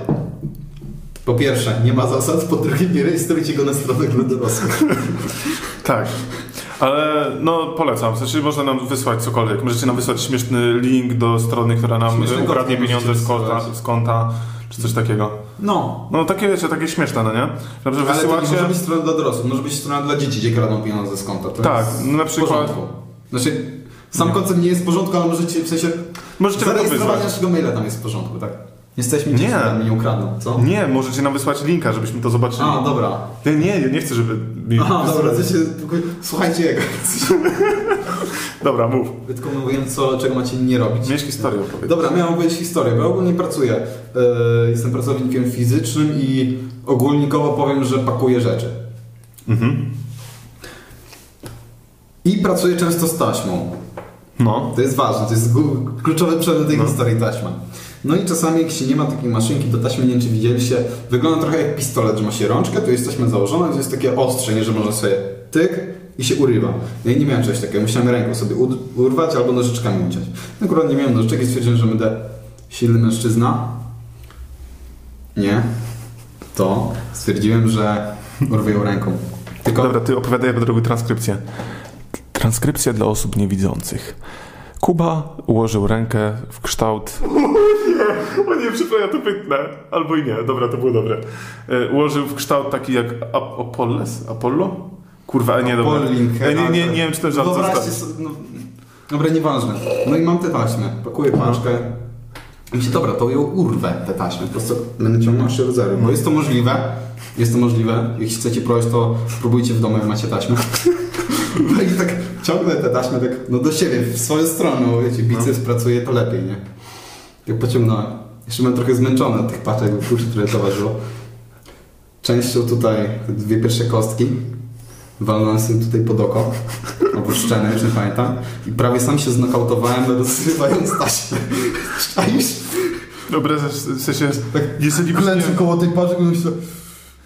Speaker 2: Po pierwsze, nie ma zasad, po drugie, nie rejestrujcie go na stronach dla dorosłych.
Speaker 1: tak. Ale no polecam, znaczy można nam wysłać cokolwiek. Możecie nam wysłać śmieszny link do strony, która nam
Speaker 2: Śmieszny
Speaker 1: e, ukradnie
Speaker 2: kod możecie
Speaker 1: pieniądze z konta,
Speaker 2: wysyłać.
Speaker 1: z konta czy coś takiego.
Speaker 2: No,
Speaker 1: No takie wiecie, takie śmieszne, no nie? Dobrze,
Speaker 2: ale to nie
Speaker 1: wysyłacie...
Speaker 2: może być strona dla dorosłych, może być strona dla dzieci, gdzie kradną pieniądze z konta. To
Speaker 1: Tak,
Speaker 2: jest
Speaker 1: no na
Speaker 2: w
Speaker 1: przykład-
Speaker 2: porządku. Znaczy, sam koncept nie jest w porządku, ale możecie w sensie...
Speaker 1: Możecie nam to wysłać.
Speaker 2: Zarejestrowanie naszego maila tam jest w porządku, tak? Jesteśmy
Speaker 1: Nie.
Speaker 2: dziećmi, nam nie ukradną, co?
Speaker 1: Nie, możecie nam wysłać linka, żebyśmy to zobaczyli.
Speaker 2: A, dobra.
Speaker 1: Nie, nie, nie chcę, żeby... Mi...
Speaker 2: Aha, dobra, to się... Słuchajcie jego.
Speaker 1: Dobra, mów.
Speaker 2: Tylko mówiłem, co, czego macie nie robić.
Speaker 1: Miałeś historię opowiedzieć.
Speaker 2: Dobra, miałem powiedzieć historię, bo ja ogólnie pracuję. E, Jestem pracownikiem fizycznym i ogólnikowo powiem, że pakuję rzeczy.
Speaker 1: Mhm.
Speaker 2: I pracuję często z taśmą.
Speaker 1: No.
Speaker 2: To jest ważne, to jest gu- kluczowy przedmiot tej historii taśma. No i czasami, jak się nie ma takiej maszynki do taśmy, nie wiem czy widzieliście, wygląda trochę jak pistolet, że ma się rączkę, tu jest taśma założona, to jest takie ostrze, nie, że można sobie tyk i się urywa. No i nie miałem czegoś takiego, musiałem ręką sobie ud- urwać albo nożyczkami uciąć. No akurat nie miałem nożyczek i stwierdziłem, że będę silny mężczyzna. Nie. To stwierdziłem, że urwę ją ręką. Tylko
Speaker 1: Dobra, ty opowiadaj, ja będę robił transkrypcję. Transkrypcja dla osób niewidzących. Kuba ułożył rękę w kształt... O nie, przepraszam, ja to pytnę. Albo i nie, dobra, to było dobre. E, ułożył w kształt taki jak Ap- Apolles? Apollo? Kurwa, nie, dobra.
Speaker 2: Polink,
Speaker 1: E, nie, nie, nie wiem, czy ten żart
Speaker 2: Wyobraźcie
Speaker 1: został.
Speaker 2: sobie, no, dobra, nieważne. No i mam tę taśmę, pakuję paczkę. I myślę, dobra, to ją urwę, tę taśmę, po prostu będę ciągnął się od zera, bo jest to możliwe, jest to możliwe. Jeśli chcecie prosić, to próbujcie w domu, jak macie taśmę. No i tak ciągnę tę taśmę tak, no do siebie, w swoją stronę, bo wiecie, biceps pracuje, to lepiej, nie? Jak pociągnąłem. Jeszcze byłem trochę zmęczony od tych paczek, bo kurczę, które towarzyszyło. Częścią tutaj te dwie pierwsze kostki. Walnąłem sobie tutaj pod oko, albo szczenę, już nie pamiętam. I prawie sam się znokautowałem, rozrywając taśmę. Czaisz?
Speaker 1: Dobra, w sensie...
Speaker 2: Tak
Speaker 1: Jeżeli byś
Speaker 2: klęczę
Speaker 1: nie-
Speaker 2: koło tej paczki i myślę,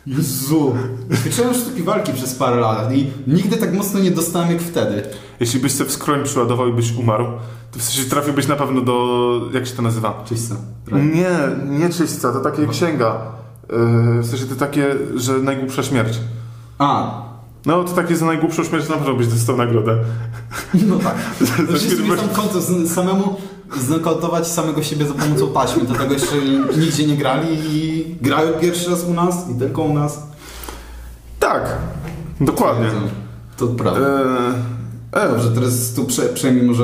Speaker 2: Jezu. Ćwiczyłem sztuki walki przez parę lat i nigdy tak mocno nie dostałem jak wtedy.
Speaker 1: Jeśli byś se w skroń przyładował i byś umarł, to w sensie trafiłbyś na pewno do... Jak się to nazywa?
Speaker 2: Czyś co?
Speaker 1: Nie, nie czyśćca, to takie księga. Yy, w sensie to takie, że najgłupsza śmierć.
Speaker 2: A,
Speaker 1: No to takie, że najgłupszą śmierć na pewno byś dostał nagrodę.
Speaker 2: No tak. Znaczy,
Speaker 1: Zaśpiewać.
Speaker 2: sobie sam koncert, z- samemu znokautować samego siebie za pomocą taśmy, do tego jeszcze nigdzie nie grali i grają pierwszy raz u nas i tylko u nas.
Speaker 1: Tak, dokładnie.
Speaker 2: To
Speaker 1: Eee,
Speaker 2: prawda.
Speaker 1: e,
Speaker 2: Dobrze, teraz tu prze, przejmij może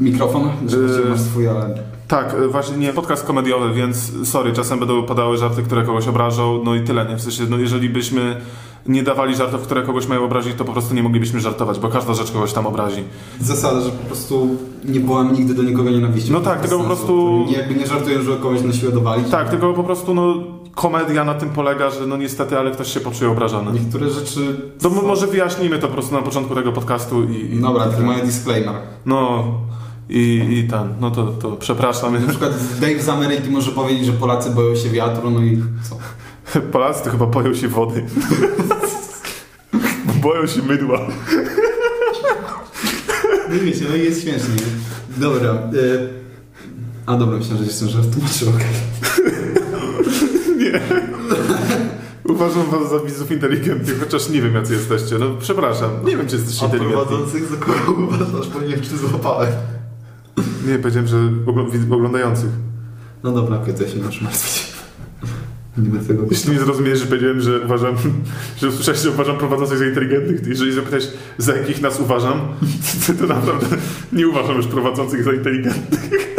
Speaker 2: mikrofon, że
Speaker 1: Eee.
Speaker 2: masz swój, ale...
Speaker 1: tak, e, właśnie nie, podcast komediowy, więc sorry, czasem będą padały żarty, które kogoś obrażą, no i tyle, nie? W sensie, no jeżeli byśmy nie dawali żartów, które kogoś mają obrazić, to po prostu nie moglibyśmy żartować, bo każda rzecz kogoś tam obrazi.
Speaker 2: Zasada, że po prostu nie byłam nigdy do nikogo nienawiści.
Speaker 1: No tak,
Speaker 2: Bez
Speaker 1: tylko po
Speaker 2: sensu.
Speaker 1: prostu-
Speaker 2: Nie, jakby nie żartuję, że kogoś na siłę dowalić.
Speaker 1: Tak, tylko po prostu, no, komedia na tym polega, że no niestety, ale ktoś się poczuje obrażony.
Speaker 2: Niektóre rzeczy...
Speaker 1: To m- może wyjaśnimy to po prostu na początku tego podcastu i... i
Speaker 2: Dobra, taki mały disclaimer.
Speaker 1: No i, i ten, no to, to przepraszam.
Speaker 2: Na przykład Dave z Ameryki może powiedzieć, że Polacy boją się wiatru, no i co?
Speaker 1: Polacy to chyba boją się wody. boją się mydła.
Speaker 2: No wiecie, no jest śmiesznie. Dobra. Y... A dobra, myślałem, że jestem żart tłumaczył, okej.
Speaker 1: Uważam was za widzów inteligentnych, chociaż nie wiem, jacy jesteście. No przepraszam, nie wiem, czy jesteście
Speaker 2: A
Speaker 1: inteligentni.
Speaker 2: prowadzących za kogo uważasz, bo nie wiem, czy złapałem.
Speaker 1: Nie, powiedziałem, że ogl- widzów oglądających.
Speaker 2: No dobra, okej, to ja się nie muszę martwić. Nie będę tego myślał.
Speaker 1: Jeśli nie zrozumiesz, że powiedziałem, że uważam, że usłyszałeś, że uważam prowadzących za inteligentnych, to jeżeli zapytałeś, za jakich nas uważam, to naprawdę nie uważam już prowadzących za inteligentnych.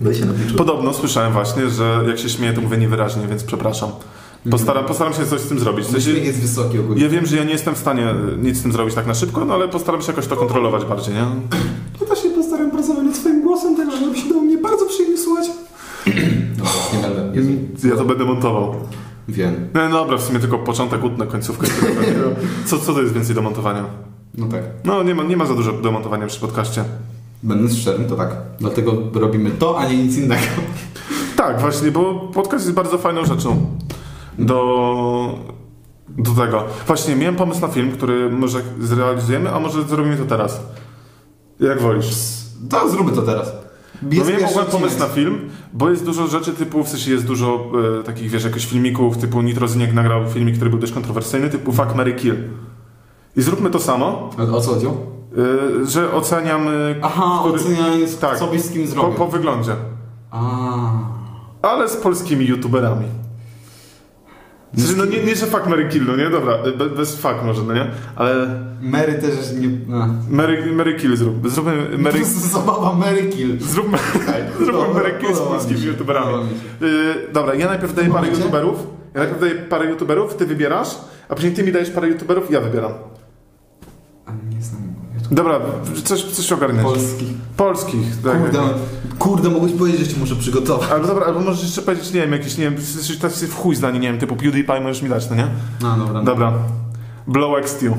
Speaker 2: Będę się napiczył.
Speaker 1: Podobno słyszałem właśnie, że jak się śmieję, to mówię niewyraźnie, więc przepraszam. Mhm. Postaram, postaram się coś z tym zrobić. W sensie,
Speaker 2: Śmiech jest wysoki ogólnie.
Speaker 1: ja wiem, że ja nie jestem w stanie y, nic z tym zrobić tak na szybko, no ale postaram się jakoś to kontrolować bardziej, nie?
Speaker 4: Ja też się postaram pracować nad swoim głosem, tak żeby się do mnie bardzo przyjemnie słuchać.
Speaker 2: Dobra, No, nie będę. Jezu.
Speaker 1: Ja to będę montował.
Speaker 2: Wiem.
Speaker 1: No dobra, w sumie tylko początek, utnę końcówkę. która będzie. Co, co to jest więcej do montowania?
Speaker 2: No tak.
Speaker 1: No nie ma, nie ma za dużo do montowania przy podcaście.
Speaker 2: Będąc szczerym, to tak. Dlatego robimy to, a nie nic innego.
Speaker 1: Tak, właśnie, bo podcast jest bardzo fajną rzeczą do, do tego. Właśnie, miałem pomysł na film, który może zrealizujemy, a może zrobimy to teraz. Jak wolisz.
Speaker 2: To zróbmy to teraz.
Speaker 1: No
Speaker 2: Jest
Speaker 1: miałem
Speaker 2: pierwszy
Speaker 1: ogólnie pomysł na
Speaker 2: odcinek.
Speaker 1: film, bo jest dużo rzeczy typu, w sensie jest dużo e, takich, wiesz, jakichś filmików, typu Nitrozyniak nagrał filmik, który był dość kontrowersyjny, typu Fuck, Mary Kill. I zróbmy to samo,
Speaker 2: O co chodziło?
Speaker 1: e, że oceniam e,
Speaker 2: Aha,
Speaker 1: Który-
Speaker 2: oceniając
Speaker 1: tak.
Speaker 2: co byś z kim
Speaker 1: po,
Speaker 2: zrobił.
Speaker 1: po wyglądzie.
Speaker 2: A.
Speaker 1: Ale z polskimi youtuberami. W sensie, no nie, nie, że fuck Mary Kill, no nie? Dobra, be, bez fuck może, no nie? Ale
Speaker 2: Mary też nie... A.
Speaker 1: Mary, Mary Kill zrób. Zróbmy
Speaker 2: No To
Speaker 1: Mary...
Speaker 2: jest zabawa Mary Kill.
Speaker 1: Zróbmy,
Speaker 2: Dobra,
Speaker 1: zróbmy Mary Kill z
Speaker 2: podoba mi się,
Speaker 1: polskimi
Speaker 2: podoba
Speaker 1: youtuberami.
Speaker 2: mi się.
Speaker 1: Yy, dobra, ja najpierw daję parę
Speaker 2: Macie?
Speaker 1: youtuberów. Ja najpierw daję parę youtuberów, ty wybierasz, a później ty mi dajesz parę youtuberów i ja wybieram.
Speaker 2: A nie znam
Speaker 1: Dobra, coś, coś ogarniesz.
Speaker 2: Polski.
Speaker 1: Polskich. tak.
Speaker 2: Kurde, no. kurde, mogłeś powiedzieć, że się muszę przygotować.
Speaker 1: Albo dobra, albo możesz jeszcze powiedzieć, nie wiem, jakiś, nie wiem, w sensie tacy w chuj zdanie, nie wiem, typu PewDiePie możesz mi dać, no nie?
Speaker 2: No dobra. No.
Speaker 1: Dobra. Blow X Steel.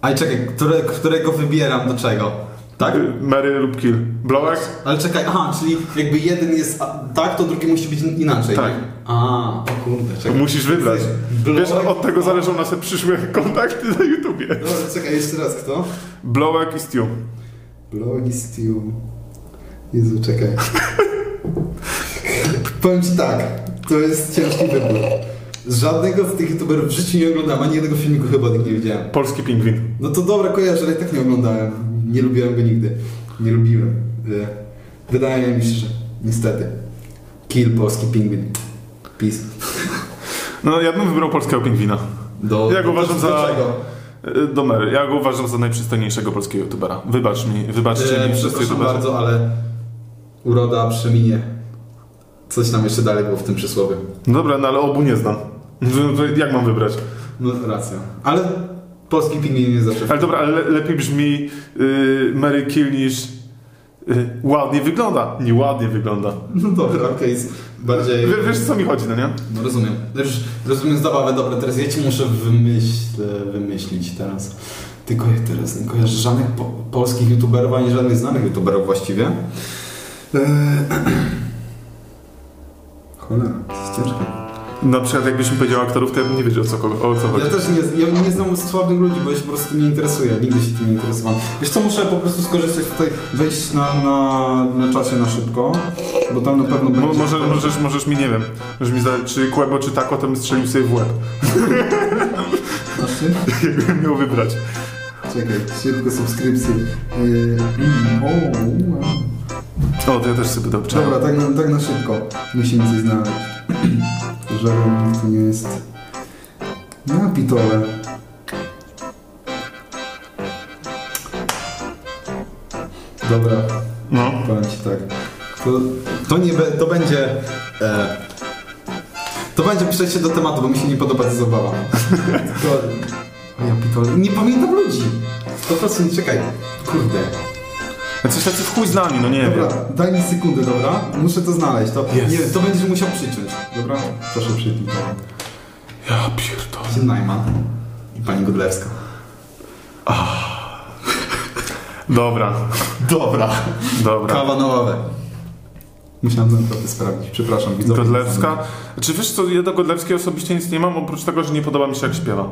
Speaker 2: Ale czekaj, które, którego wybieram do czego? Tak?
Speaker 1: Mary lub Kill. Blowek?
Speaker 2: Ale czekaj, aha, czyli jakby jeden jest a- tak, to drugi musi być inaczej.
Speaker 1: Tak.
Speaker 2: A, o kurde,
Speaker 1: To
Speaker 2: czekaj.
Speaker 1: musisz wybrać.
Speaker 2: Blowek?
Speaker 1: Wiesz, od tego zależą nasze przyszłe kontakty na YouTubie.
Speaker 2: Dobra, czekaj, jeszcze raz kto?
Speaker 1: Blowek i Stew.
Speaker 2: Blogi Steel. Jezu, czekaj. Powiem ci tak, to jest ciężki wybór. Żadnego z tych youtuberów w życiu nie oglądałem, ani jednego filmiku chyba od nich nie widziałem.
Speaker 1: Polski pingwin.
Speaker 2: No to dobra, kojarzę, ale i tak nie oglądałem. Nie lubiłem go nigdy. Nie lubiłem. Y, Wydaje mi się, że niestety. Kill polski pingwin. Peace.
Speaker 1: No, ja bym wybrał polskiego pingwina.
Speaker 2: Do,
Speaker 1: Ja go uważam za-
Speaker 2: Dlaczego?
Speaker 1: Y, Do Mary. Ja go uważam za najprzystojniejszego polskiego youtubera. Wybacz mi, wybaczcie mi wszyscy
Speaker 2: E, przepraszam
Speaker 1: youtuberzy.
Speaker 2: bardzo, ale uroda przeminie. Coś tam jeszcze dalej było w tym przysłowie.
Speaker 1: No Dobra, no ale obu nie znam. No, to Jak mam wybrać?
Speaker 2: No racja. Ale polski pingwin nie zawsze.
Speaker 1: Ale dobra, ale le- lepiej brzmi y, Mary Kill niż y, ładnie wygląda. Nieładnie wygląda.
Speaker 2: No dobra, okej. jest Bardziej.
Speaker 1: Wie- Wiesz, co mi chodzi, no nie?
Speaker 2: No rozumiem. Już rozumiem zabawę, dobra, teraz ja ci muszę wymyśl, wymyślić teraz. Tylko ja teraz nie kojarzę żadnych po, polskich youtuberów, ani żadnych znanych youtuberów właściwie. Eee... Cholera, to jest ciężkie.
Speaker 1: Na przykład jakbyś mi powiedział aktorów, to ja bym nie wiedział co, kogo- o co chodzi.
Speaker 2: Ja też nie, ja nie znam słabych ludzi, bo ja się po prostu nie interesuję, nigdy się tym nie interesowałem. Wiesz co, muszę po prostu skorzystać tutaj, wejść na, na, na czacie na szybko, bo tam na pewno
Speaker 1: Mo,
Speaker 2: będzie...
Speaker 1: może, możesz, możesz mi, nie wiem, możesz mi zadać, czy Kłebo, czy Tako, to bym strzelił sobie w łeb.
Speaker 2: Znaczy?
Speaker 1: Jakbym miał wybrać.
Speaker 2: Czekaj, szybko subskrypcje. Yy, mm, o, wow.
Speaker 1: O, to ja też sobie dobrze.
Speaker 2: Dobra, tak na, tak na szybko. Musimy coś znaleźć. Żaden to nie jest. Na pitole. Dobra,
Speaker 1: No.
Speaker 2: powiem ci tak. To, to nie be, to będzie. E, to będzie przejście do tematu, bo mi się nie podoba ta zabawa. Tylko- A ja pitole. Nie pamiętam ludzi. Po prostu nie czekaj. Kurde.
Speaker 1: No Coś tacy w chuj z nami, no nie
Speaker 2: Dobra,
Speaker 1: wiem.
Speaker 2: daj mi sekundę, dobra? Muszę to znaleźć. To,
Speaker 1: Jest.
Speaker 2: nie, to będziesz musiał przyciąć, dobra? Proszę przyciąć.
Speaker 1: Ja pierdolę.
Speaker 2: Jim Najman i pani Godlewska.
Speaker 1: Dobra,
Speaker 2: Dobra.
Speaker 1: dobra.
Speaker 2: Kawa na ławę. Musiałem ten naprawdę sprawdzić, przepraszam. widzowie.
Speaker 1: Godlewska. Czy wiesz co, ja do Godlewskiej osobiście nic nie mam, oprócz tego, że nie podoba mi się jak śpiewa.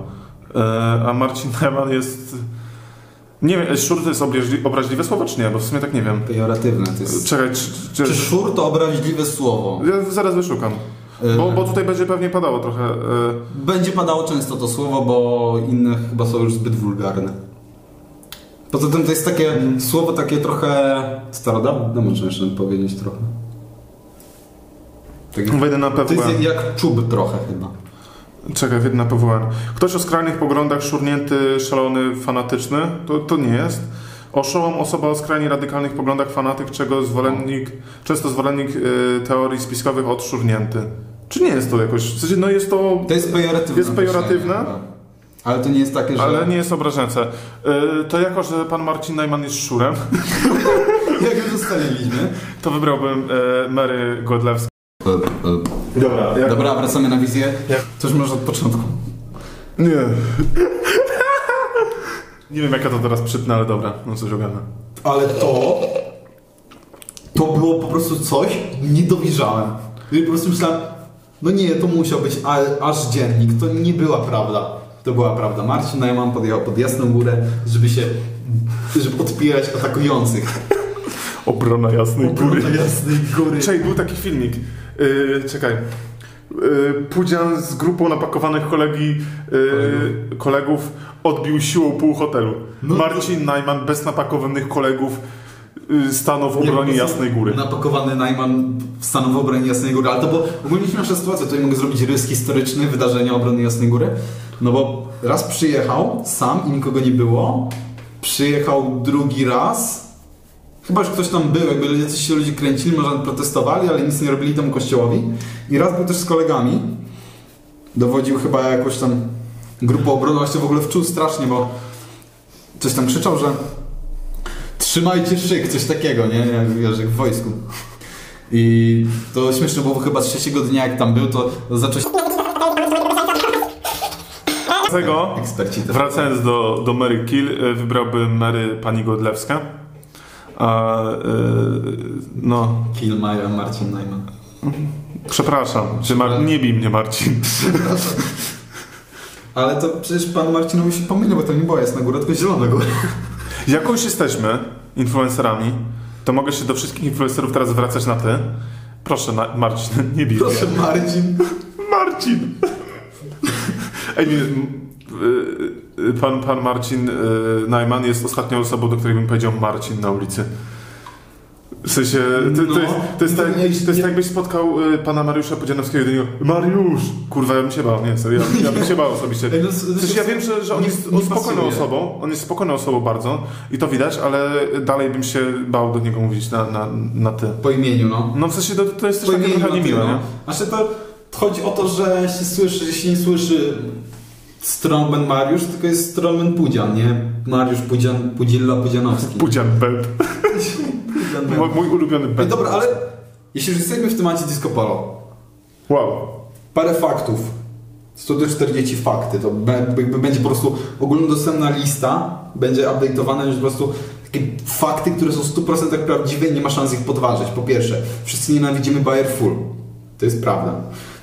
Speaker 1: E, a Marcin Neumann jest... Nie wiem, szur to jest obraźli- obraźliwe słowo, czy nie? Bo w sumie tak nie wiem.
Speaker 2: Pejoratywne to jest...
Speaker 1: Czekaj, czy... czy,
Speaker 2: Czy szur to obraźliwe słowo?
Speaker 1: ja zaraz wyszukam.
Speaker 2: E,
Speaker 1: Bo, bo tutaj będzie pewnie padało trochę. e,
Speaker 2: Będzie padało często to słowo, bo inne chyba są już zbyt wulgarne. Poza tym to jest takie
Speaker 1: Mm.
Speaker 2: słowo takie trochę starodawne, można jeszcze powiedzieć trochę. Tak,
Speaker 1: Wejdę na E.
Speaker 2: to jest
Speaker 1: PWN.
Speaker 2: jak czub trochę chyba.
Speaker 1: Czekaj, wejdę na PWN. Ktoś o skrajnych poglądach, szurnięty, szalony, fanatyczny. To, to nie jest. Oszołom, osoba o skrajnie radykalnych poglądach, fanatyk, czego zwolennik, często zwolennik y, teorii spiskowych odszurnięty. Czy nie jest to jakoś, w sensie, no jest to,
Speaker 2: To jest pejoratywne.
Speaker 1: Jest pejoratywne?
Speaker 2: określenie, tak. Ale to nie jest takie, że...
Speaker 1: ale nie jest obrażające. Y, to jako, że pan Marcin Najman jest szurem,
Speaker 2: Jak już ustaliliśmy.
Speaker 1: to wybrałbym y, Mary Godlewską.
Speaker 2: E, e,
Speaker 1: Dobra, jak...
Speaker 2: Dobra, wracamy na wizję.
Speaker 1: Jak-
Speaker 2: Coś może od początku.
Speaker 1: Nie. nie wiem, jak ja to teraz przytnę, ale dobra, no coś ogarnę.
Speaker 2: Ale to... To było po prostu coś, nie dowierzałem. I po prostu myślałem, no nie, to musiał być a- aż dziennik, to nie była prawda. To była prawda. Marcin Najman podjechał pod Jasną Górę, żeby się... żeby odpierać atakujących.
Speaker 1: Obrona jasnej góry.
Speaker 2: Obrona Jasnej Góry.
Speaker 1: Czekaj, był taki filmik. Yy, czekaj. Yy, Pudzian z grupą napakowanych kolegi, yy, kolegów odbił siłą pół hotelu.
Speaker 2: No,
Speaker 1: Marcin Najman bez napakowanych kolegów yy, stanął w
Speaker 2: Nie, No. po
Speaker 1: obronie
Speaker 2: prostu
Speaker 1: Jasnej Góry.
Speaker 2: Napakowany Najman stanął w obronie Jasnej Góry, ale to było ogólnie śmieszna sytuacja. Tutaj mogę zrobić rys historyczny wydarzenia obrony Jasnej Góry. No bo raz przyjechał sam i nikogo nie było. Przyjechał drugi raz. Chyba, że ktoś tam był, jakby ludzie- coś się ludzie kręcili, może nawet protestowali, ale nic nie robili temu kościołowi. I raz był też z kolegami. Dowodził chyba jakoś tam grupą obronną, a się w ogóle wczuł strasznie, bo coś tam krzyczał, że Trzymajcie szyk, coś takiego, nie? Jak, wiesz, jak w wojsku. I to śmieszne było bo chyba z trzeciego dnia, jak tam był, to zaczął się...
Speaker 1: Dlatego,
Speaker 2: Eksperci też.
Speaker 1: wracając do, do Mary Kill, yy, wybrałbym Mary pani Godlewska. A, yy, no,
Speaker 2: Kill Maja, Marcin Najman.
Speaker 1: przepraszam. Czy Mar- nie bij mnie, Marcin.
Speaker 2: Ale to przecież pan Marcinowi się pomylił, bo to nie była jasna góra, tylko zielona góra.
Speaker 1: Jako już jesteśmy influencerami, to mogę się do wszystkich influencerów teraz wracać na ty. Proszę, na- Marcin, nie bij
Speaker 2: Proszę
Speaker 1: mnie.
Speaker 2: Marcin.
Speaker 1: Marcin! Ej, nie, m, y, y, pan, pan Marcin y, Najman jest ostatnią osobą, do której bym powiedział Marcin na ulicy. W sensie, to, to,
Speaker 2: No.
Speaker 1: jest, to, jest, tak,
Speaker 2: Nie,
Speaker 1: to jest
Speaker 2: nie.
Speaker 1: tak, jakbyś spotkał y, pana Mariusza Podzianowskiego i do niego Mariusz! Kurwa, ja bym się bał, nie, serio, ja, bym- ja bym się bał osobiście.
Speaker 2: Ej, no, s-
Speaker 1: Przecież ja wiem, że, że on
Speaker 2: nie-
Speaker 1: jest
Speaker 2: nie
Speaker 1: on spokojną
Speaker 2: pasuje.
Speaker 1: osobą, on jest spokojną osobą bardzo i to widać, ale dalej bym się bał do niego mówić na, na, na ty.
Speaker 2: Po imieniu, no.
Speaker 1: No w sensie to, to jest
Speaker 2: Po
Speaker 1: coś takie
Speaker 2: imieniu
Speaker 1: trochę
Speaker 2: na ty,
Speaker 1: niemiłe,
Speaker 2: no.
Speaker 1: nie?
Speaker 2: Znaczy to chodzi o to, że się słyszy, że się nie słyszy Strongman Mariusz, tylko jest Strongman Pudzian, nie? Mariusz Pudzian, Pudzilla Pudzianowski.
Speaker 1: Pudzian Belt.
Speaker 2: Pudzian
Speaker 1: Mój, mój ulubiony
Speaker 2: No
Speaker 1: band.
Speaker 2: dobra, ale jeśli już jesteśmy w temacie disco polo,
Speaker 1: Wow.
Speaker 2: parę faktów. 140 fakty, to be- jakby będzie po prostu ogólnodostępna lista, będzie update'owana już po prostu takie fakty, które są w 100% prawdziwe i nie ma szans ich podważyć. Po pierwsze, wszyscy nienawidzimy Bayer Full. To jest prawda.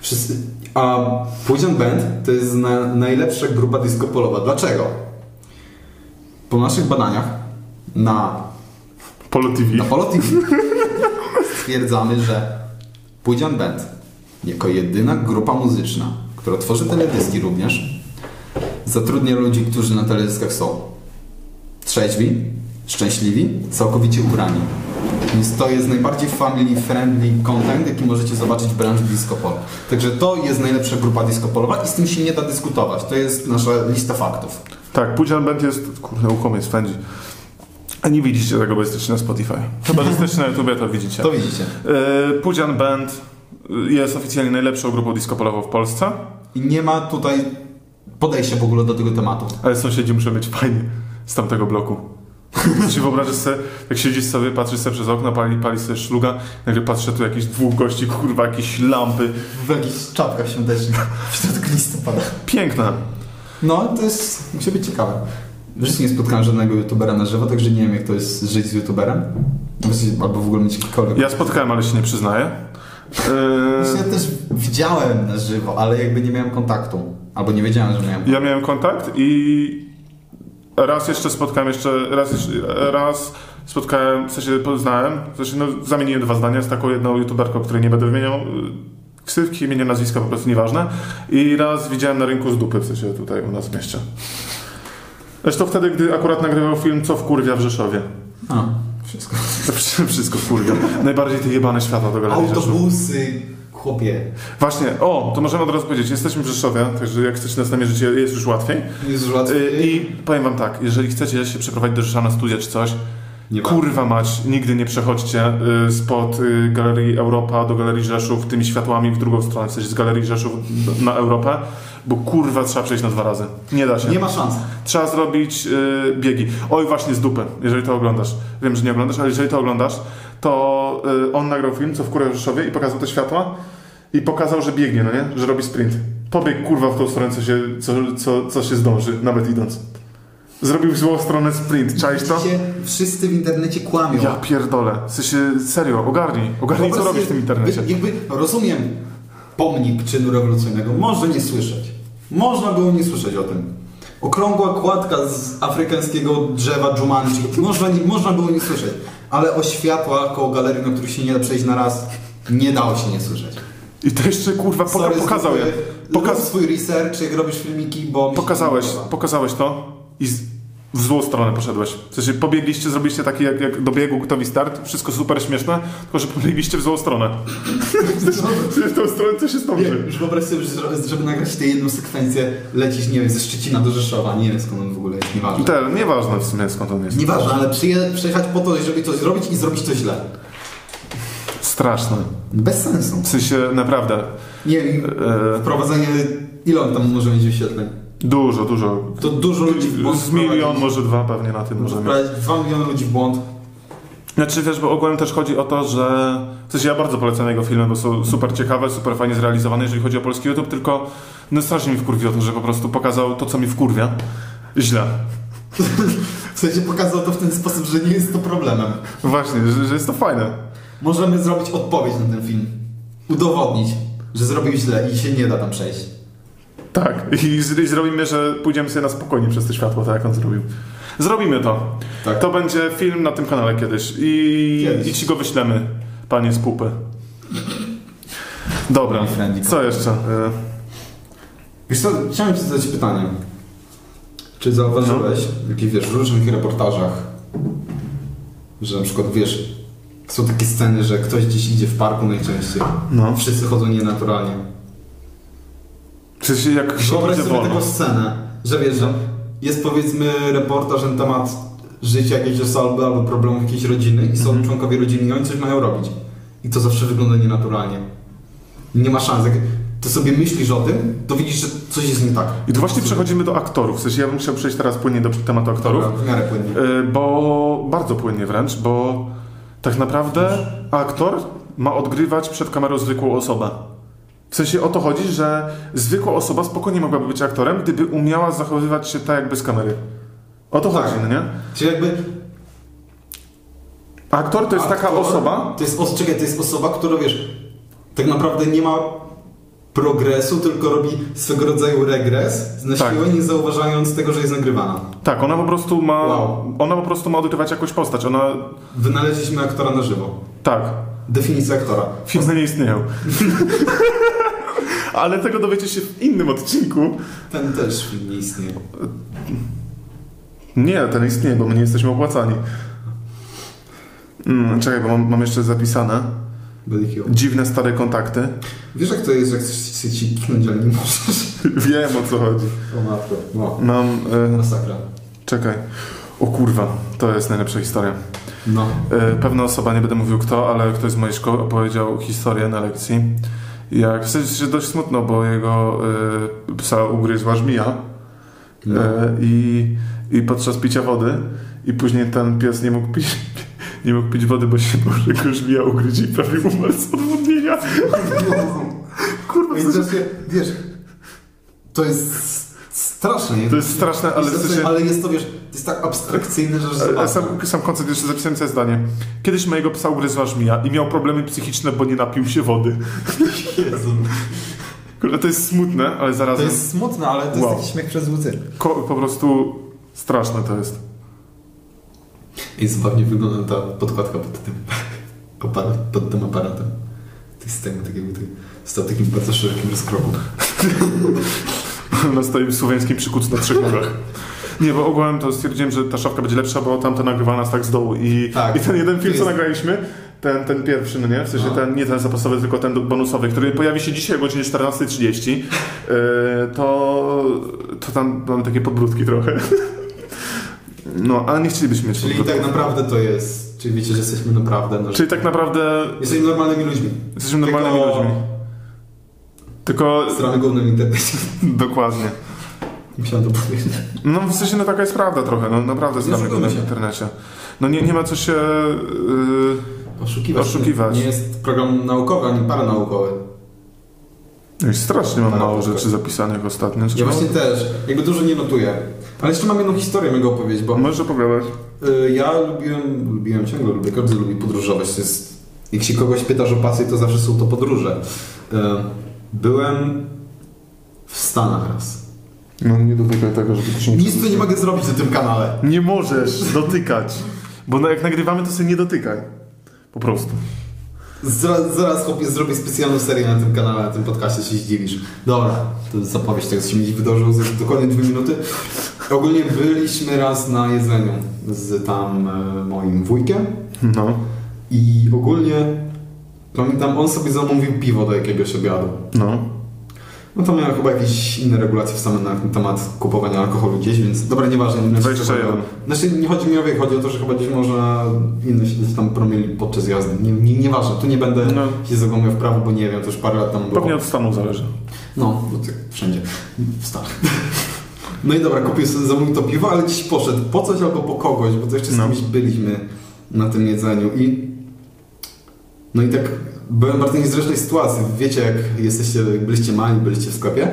Speaker 2: Wszyscy, a Fusion Band to jest na, najlepsza grupa disco polowa. Dlaczego? Po naszych badaniach na
Speaker 1: Polo TV.
Speaker 2: na Polo TV stwierdzamy, że Pudzian Band jako jedyna grupa muzyczna, która tworzy teledyski również, zatrudnia ludzi, którzy na teledyskach są trzeźwi, szczęśliwi, całkowicie ubrani. Więc to jest najbardziej family-friendly content, jaki możecie zobaczyć w branży disco polo. Także to jest najlepsza grupa disco polowa i z tym się nie da dyskutować. To jest nasza lista faktów.
Speaker 1: Tak, Pudzian Band jest... Kurde, ucho mnie swędzi. A nie widzicie tego, bo jesteście na Spotify. Chyba, że jesteście na YouTubie, to widzicie.
Speaker 2: To widzicie.
Speaker 1: Yy, Pudzian Band jest oficjalnie najlepszą grupą disco polową w Polsce,
Speaker 2: I nie ma tutaj podejścia w ogóle do tego tematu.
Speaker 1: ale sąsiedzi muszą mieć fajnie z tamtego bloku. Czy wyobrażasz sobie, jak siedzisz sobie, patrzysz sobie przez okno, pali, pali sobie szluga, nagle patrzę tu jakichś dwóch gości, kurwa, jakieś lampy.
Speaker 2: W jakichś czapkach świątecznych w środku listopada.
Speaker 1: Piękna.
Speaker 2: No, to jest, musi być ciekawe. W życiu nie spotkałem żadnego youtubera na żywo, także nie wiem jak to jest żyć z youtuberem. Właściwie- Albo w ogóle mieć jakikolwiek...
Speaker 1: Ja spotkałem, ale się nie przyznaję.
Speaker 2: Właśnie
Speaker 1: Yy,
Speaker 2: ja też widziałem na żywo, ale jakby nie miałem kontaktu. Albo nie wiedziałem, że miałem.
Speaker 1: Ja miałem kontakt i raz jeszcze spotkałem jeszcze, raz, jeszcze- raz spotkałem, w sensie poznałem, w sensie no, zamieniłem dwa zdania z taką jedną youtuberką, której nie będę wymieniał, y, ksywki, imienia, nazwiska, po prostu nieważne. I raz widziałem na rynku z dupy, w sensie tutaj u nas w mieście. Zresztą wtedy, gdy akurat nagrywał film Co w kurwia w Rzeszowie.
Speaker 2: A.
Speaker 1: Wszystko. Wszystko w kurwia. Najbardziej te jebane świata do galerii Rzeszów.
Speaker 2: Autobusy, chłopie.
Speaker 1: Właśnie, o, to możemy od razu powiedzieć, jesteśmy w Rzeszowie, także jak chcecie nas namierzyć, jest już łatwiej.
Speaker 2: Jest już
Speaker 1: Y,
Speaker 2: łatwiej.
Speaker 1: I powiem wam tak, jeżeli chcecie się przeprowadzić do Rzesza na studia czy coś,
Speaker 2: Nie warto.
Speaker 1: kurwa mać, nigdy nie przechodźcie y, spod y, Galerii Europa do Galerii Rzeszów tymi światłami w drugą stronę, w sensie z Galerii Rzeszów do- na Europę, bo kurwa trzeba przejść na dwa razy. Nie da się.
Speaker 2: Nie ma szans.
Speaker 1: Trzeba zrobić y, biegi. Oj, właśnie z dupy, jeżeli to oglądasz. Wiem, że nie oglądasz, ale jeżeli to oglądasz, to y, on nagrał film, co w Kurę Rzeszowie i pokazał te światła i pokazał, że biegnie, no nie? Że robi sprint. Pobiegł kurwa w tą stronę, co się, co, co, co się zdąży, nawet idąc. Zrobił w złą stronę sprint, czaisz to?
Speaker 2: Widzicie, wszyscy w internecie kłamią.
Speaker 1: Ja pierdolę. W sensie, serio, ogarnij. Ogarnij,
Speaker 2: Po
Speaker 1: co
Speaker 2: prostu
Speaker 1: robisz w tym internecie.
Speaker 2: wy- Jakby rozumiem pomnik czynu rewolucyjnego, można nie słyszeć. Można było nie słyszeć o tym. Okrągła kładka z afrykańskiego drzewa Jumanji, można, nie, można było nie słyszeć. Ale o światła koło galerii, na których się nie da przejść na raz, nie dało się nie słyszeć.
Speaker 1: I to jeszcze, kurwa, poka-
Speaker 2: Sorry,
Speaker 1: pokazał je.
Speaker 2: zróbmy-
Speaker 1: Poka-
Speaker 2: Rób swój research, jak robisz filmiki, bo... mi się
Speaker 1: Pokazałeś,
Speaker 2: nie podoba.
Speaker 1: pokazałeś to i z, w złą stronę poszedłeś. W sensie pobiegliście, zrobiliście taki jak, jak do biegu gotowi start, wszystko super śmieszne, tylko że pobiegliście w złą stronę. w tą stronę co się
Speaker 2: Nie,
Speaker 1: stąpi.
Speaker 2: już wyobraź sobie, że- żeby nagrać tę jedną sekwencję, lecisz, nie wiem, ze Szczecina do Rzeszowa, nie wiem skąd on w ogóle jest, nieważne.
Speaker 1: Te, nieważne w sumie skąd on jest.
Speaker 2: Nieważne, ale przyje, przyjechać po to, żeby coś zrobić i zrobić to źle.
Speaker 1: Straszne.
Speaker 2: Bez sensu.
Speaker 1: W sensie naprawdę.
Speaker 2: Nie wiem,
Speaker 1: E,
Speaker 2: wprowadzenie... Ile on tam może mieć wyświetleń?
Speaker 1: dużo, dużo.
Speaker 2: To dużo ludzi w błąd
Speaker 1: Z milion,
Speaker 2: wprowadzić.
Speaker 1: może dwa pewnie na tym możemy.
Speaker 2: Wprowadzić Dwa miliony ludzi w błąd.
Speaker 1: Znaczy wiesz, bo ogółem też chodzi o to, że w sensie ja bardzo polecam jego filmy, bo są super ciekawe, super fajnie zrealizowane, jeżeli chodzi o polski YouTube, tylko no strasznie mi wkurwiło to, że po prostu pokazał to, co mi wkurwia. Źle.
Speaker 2: W sensie pokazał to w ten sposób, że nie jest to problemem.
Speaker 1: Właśnie, że, że jest to fajne.
Speaker 2: Możemy zrobić odpowiedź na ten film. Udowodnić, że zrobił źle i się nie da tam przejść.
Speaker 1: Tak. I, z, i zrobimy, że pójdziemy sobie na spokojnie przez to światło, tak jak on zrobił. Zrobimy to.
Speaker 2: Tak.
Speaker 1: To będzie film na tym kanale kiedyś i,
Speaker 2: Kiedyś.
Speaker 1: i ci go wyślemy, panie z pupy. Dobra,
Speaker 2: Mój friendik.
Speaker 1: co jeszcze? Y,
Speaker 2: Wiesz co, chciałem ci zadać pytanie. Czy zauważyłeś,
Speaker 1: No.
Speaker 2: jak wiesz, w różnych reportażach, że na przykład wiesz, są takie sceny, że ktoś gdzieś idzie w parku najczęściej,
Speaker 1: No.
Speaker 2: wszyscy chodzą nienaturalnie.
Speaker 1: Czy się jak
Speaker 2: Wyobraź
Speaker 1: idzie
Speaker 2: sobie
Speaker 1: wolno?
Speaker 2: taką scenę, że wiesz, że jest powiedzmy reportaż na temat życia jakiejś osoby albo problemów jakiejś rodziny i są
Speaker 1: Mhm.
Speaker 2: członkowie rodziny i oni coś mają robić. I to zawsze wygląda nienaturalnie. Nie ma szans. Jak ty sobie myślisz o tym, to widzisz, że coś jest nie tak.
Speaker 1: I tu właśnie przechodzimy do aktorów. W sensie ja bym chciał przejść teraz płynnie do tematu aktorów,
Speaker 2: Dobra, w miarę płynnie.
Speaker 1: y, bo bardzo płynnie wręcz, bo tak naprawdę aktor ma odgrywać przed kamerą zwykłą osobę. W sensie o to chodzi, że zwykła osoba spokojnie mogłaby być aktorem, gdyby umiała zachowywać się tak jak bez kamery. O to
Speaker 2: Tak.
Speaker 1: chodzi, no nie?
Speaker 2: Czyli jakby
Speaker 1: Aktor to jest taka
Speaker 2: aktor-
Speaker 1: osoba,
Speaker 2: To jest, os- czekaj, to jest osoba, która wiesz, tak naprawdę nie ma progresu, tylko robi swego rodzaju regres, na
Speaker 1: Tak.
Speaker 2: siłę nie zauważając tego, że jest nagrywana.
Speaker 1: tak, ona po prostu ma,
Speaker 2: Wow.
Speaker 1: ona po prostu ma odgrywać jakąś postać, ona,
Speaker 2: Wynaleźliśmy aktora na żywo.
Speaker 1: tak,
Speaker 2: Definicja aktora.
Speaker 1: filmy nie istnieją. Ale tego dowiecie się w innym odcinku.
Speaker 2: Ten też film nie istnieje.
Speaker 1: Nie, ten istnieje, bo my nie jesteśmy opłacani. Mm, czekaj, bo mam, mam jeszcze zapisane.
Speaker 2: Byli Hill.
Speaker 1: Dziwne stare kontakty.
Speaker 2: Wiesz jak to jest, jak chcesz się ci kichnąć, ale nie możesz?
Speaker 1: Wiem o co chodzi.
Speaker 2: O matko. No.
Speaker 1: Mam. Y,
Speaker 2: Masakra.
Speaker 1: czekaj. O kurwa, to jest najlepsza historia.
Speaker 2: No.
Speaker 1: E, Pewna osoba, nie będę mówił kto, ale ktoś z mojej szkoły opowiedział historię na lekcji. Jak w sensie dość smutno, bo jego y, psa ugryzła żmija
Speaker 2: No.
Speaker 1: e, i, i podczas picia wody i później ten pies nie mógł pić, nie mógł pić wody, bo się bał, że go żmija ugryzie i prawie umarł z odwodnienia.
Speaker 2: No.
Speaker 1: Kurwa,
Speaker 2: Więc
Speaker 1: w sensie,
Speaker 2: właśnie, wiesz, to jest straszne. nie?
Speaker 1: to jest straszne, ale w
Speaker 2: Jest to-
Speaker 1: sensie...
Speaker 2: ale jest to, wiesz, to jest tak abstrakcyjne, że
Speaker 1: Ale
Speaker 2: zabawne.
Speaker 1: Sam, sam koncept, jeszcze zapisałem sobie zdanie. Kiedyś mojego psa ugryzła żmija i miał problemy psychiczne, bo nie napił się wody.
Speaker 2: Jezu.
Speaker 1: Kurwa, to jest smutne, ale
Speaker 2: To
Speaker 1: zarazem...
Speaker 2: jest smutne, ale to jest
Speaker 1: Wow.
Speaker 2: taki śmiech przez łzy.
Speaker 1: Ko- po prostu straszne to jest.
Speaker 2: I zabawnie wygląda ta podkładka pod tym, pod, pod tym aparatem. Tych Systemu, tak jakby tak, stał takim bardzo szerokim rozkroku.
Speaker 1: Na stoim słowiańskim przykuc na trzech nogach. Nie, bo ogółem to stwierdziłem, że ta szafka będzie lepsza, bo tamta nagrywała nas tak z dołu i,
Speaker 2: Tak.
Speaker 1: i ten jeden film, co
Speaker 2: Jest.
Speaker 1: nagraliśmy, ten, ten pierwszy, no nie? W sensie
Speaker 2: A.
Speaker 1: ten, nie ten zapasowy, tylko ten bonusowy, który pojawi się dzisiaj o godzinie 14.30, yy, to, to tam mam takie podbródki trochę. No, ale nie chcielibyśmy mieć
Speaker 2: Czyli
Speaker 1: podbródków.
Speaker 2: tak naprawdę to jest. Czyli wiecie, że jesteśmy naprawdę. No, że
Speaker 1: Czyli tak naprawdę
Speaker 2: Jesteśmy normalnymi ludźmi.
Speaker 1: jesteśmy normalnymi
Speaker 2: Tylko-
Speaker 1: ludźmi. Tylko...
Speaker 2: Strony główne w internecie.
Speaker 1: Dokładnie.
Speaker 2: Musiałem to powiedzieć.
Speaker 1: No w sensie no taka jest prawda trochę, no naprawdę
Speaker 2: Nie
Speaker 1: znamy go
Speaker 2: oszukujmy
Speaker 1: w
Speaker 2: się.
Speaker 1: internecie. No nie, nie ma co się... Yy,
Speaker 2: Oszukiwać.
Speaker 1: Oszukiwać.
Speaker 2: Nie jest program naukowy ani paranaukowy.
Speaker 1: jakoś strasznie mam
Speaker 2: No,
Speaker 1: mało
Speaker 2: tylko-
Speaker 1: rzeczy zapisanych ostatnio.
Speaker 2: Ja właśnie też. Jakby dużo nie notuję. Ale jeszcze mam jedną historię, mogę opowiedzieć, bo
Speaker 1: Możesz opowiadać.
Speaker 2: y, ja lubiłem, lubiłem ciągle, lubię, każdy lubi podróżować. To jest, jak się kogoś pytasz o pasję, to zawsze są to podróże. Y, byłem w Stanach raz.
Speaker 1: No nie dotykaj tego, żeby to się
Speaker 2: Nic tu nie mogę zrobić na tym kanale.
Speaker 1: Nie możesz dotykać, bo no, jak nagrywamy to sobie nie dotykaj. Po prostu.
Speaker 2: Zaraz, zaraz chłopie, zrobię specjalną serię na tym kanale, na tym podcastie, się zdziwisz. Dobra, to zapowiedź tego, co się mi wydarzyło za dokładnie dwie minuty. Ogólnie byliśmy raz na jedzeniu z tam e, moim wujkiem
Speaker 1: No,
Speaker 2: i ogólnie pamiętam, on sobie zamówił piwo do jakiegoś obiadu.
Speaker 1: no.
Speaker 2: No to miał chyba jakieś inne regulacje w samym na temat kupowania alkoholu gdzieś, więc dobra, nieważne. nie wiem, co
Speaker 1: 21.
Speaker 2: chodzi o- Znaczy nie chodzi mi o wiek, chodzi o to, że chyba gdzieś może inne się gdzieś tam promieli podczas jazdy. Nie, nie, nieważne, tu nie będę
Speaker 1: No.
Speaker 2: się zagłębiał w prawo, bo nie wiem, to już parę lat tam było.
Speaker 1: Pewnie od stanu zależy.
Speaker 2: No, bo tak wszędzie. W Stanach. No i dobra, kupił sobie, zamówił to piwo, ale gdzieś poszedł po coś albo po kogoś, bo to jeszcze z
Speaker 1: No.
Speaker 2: kimś byliśmy na tym jedzeniu i... No i tak byłem w bardzo niezręcznej sytuacji. Wiecie, jak jesteście, jak byliście mali, byliście w sklepie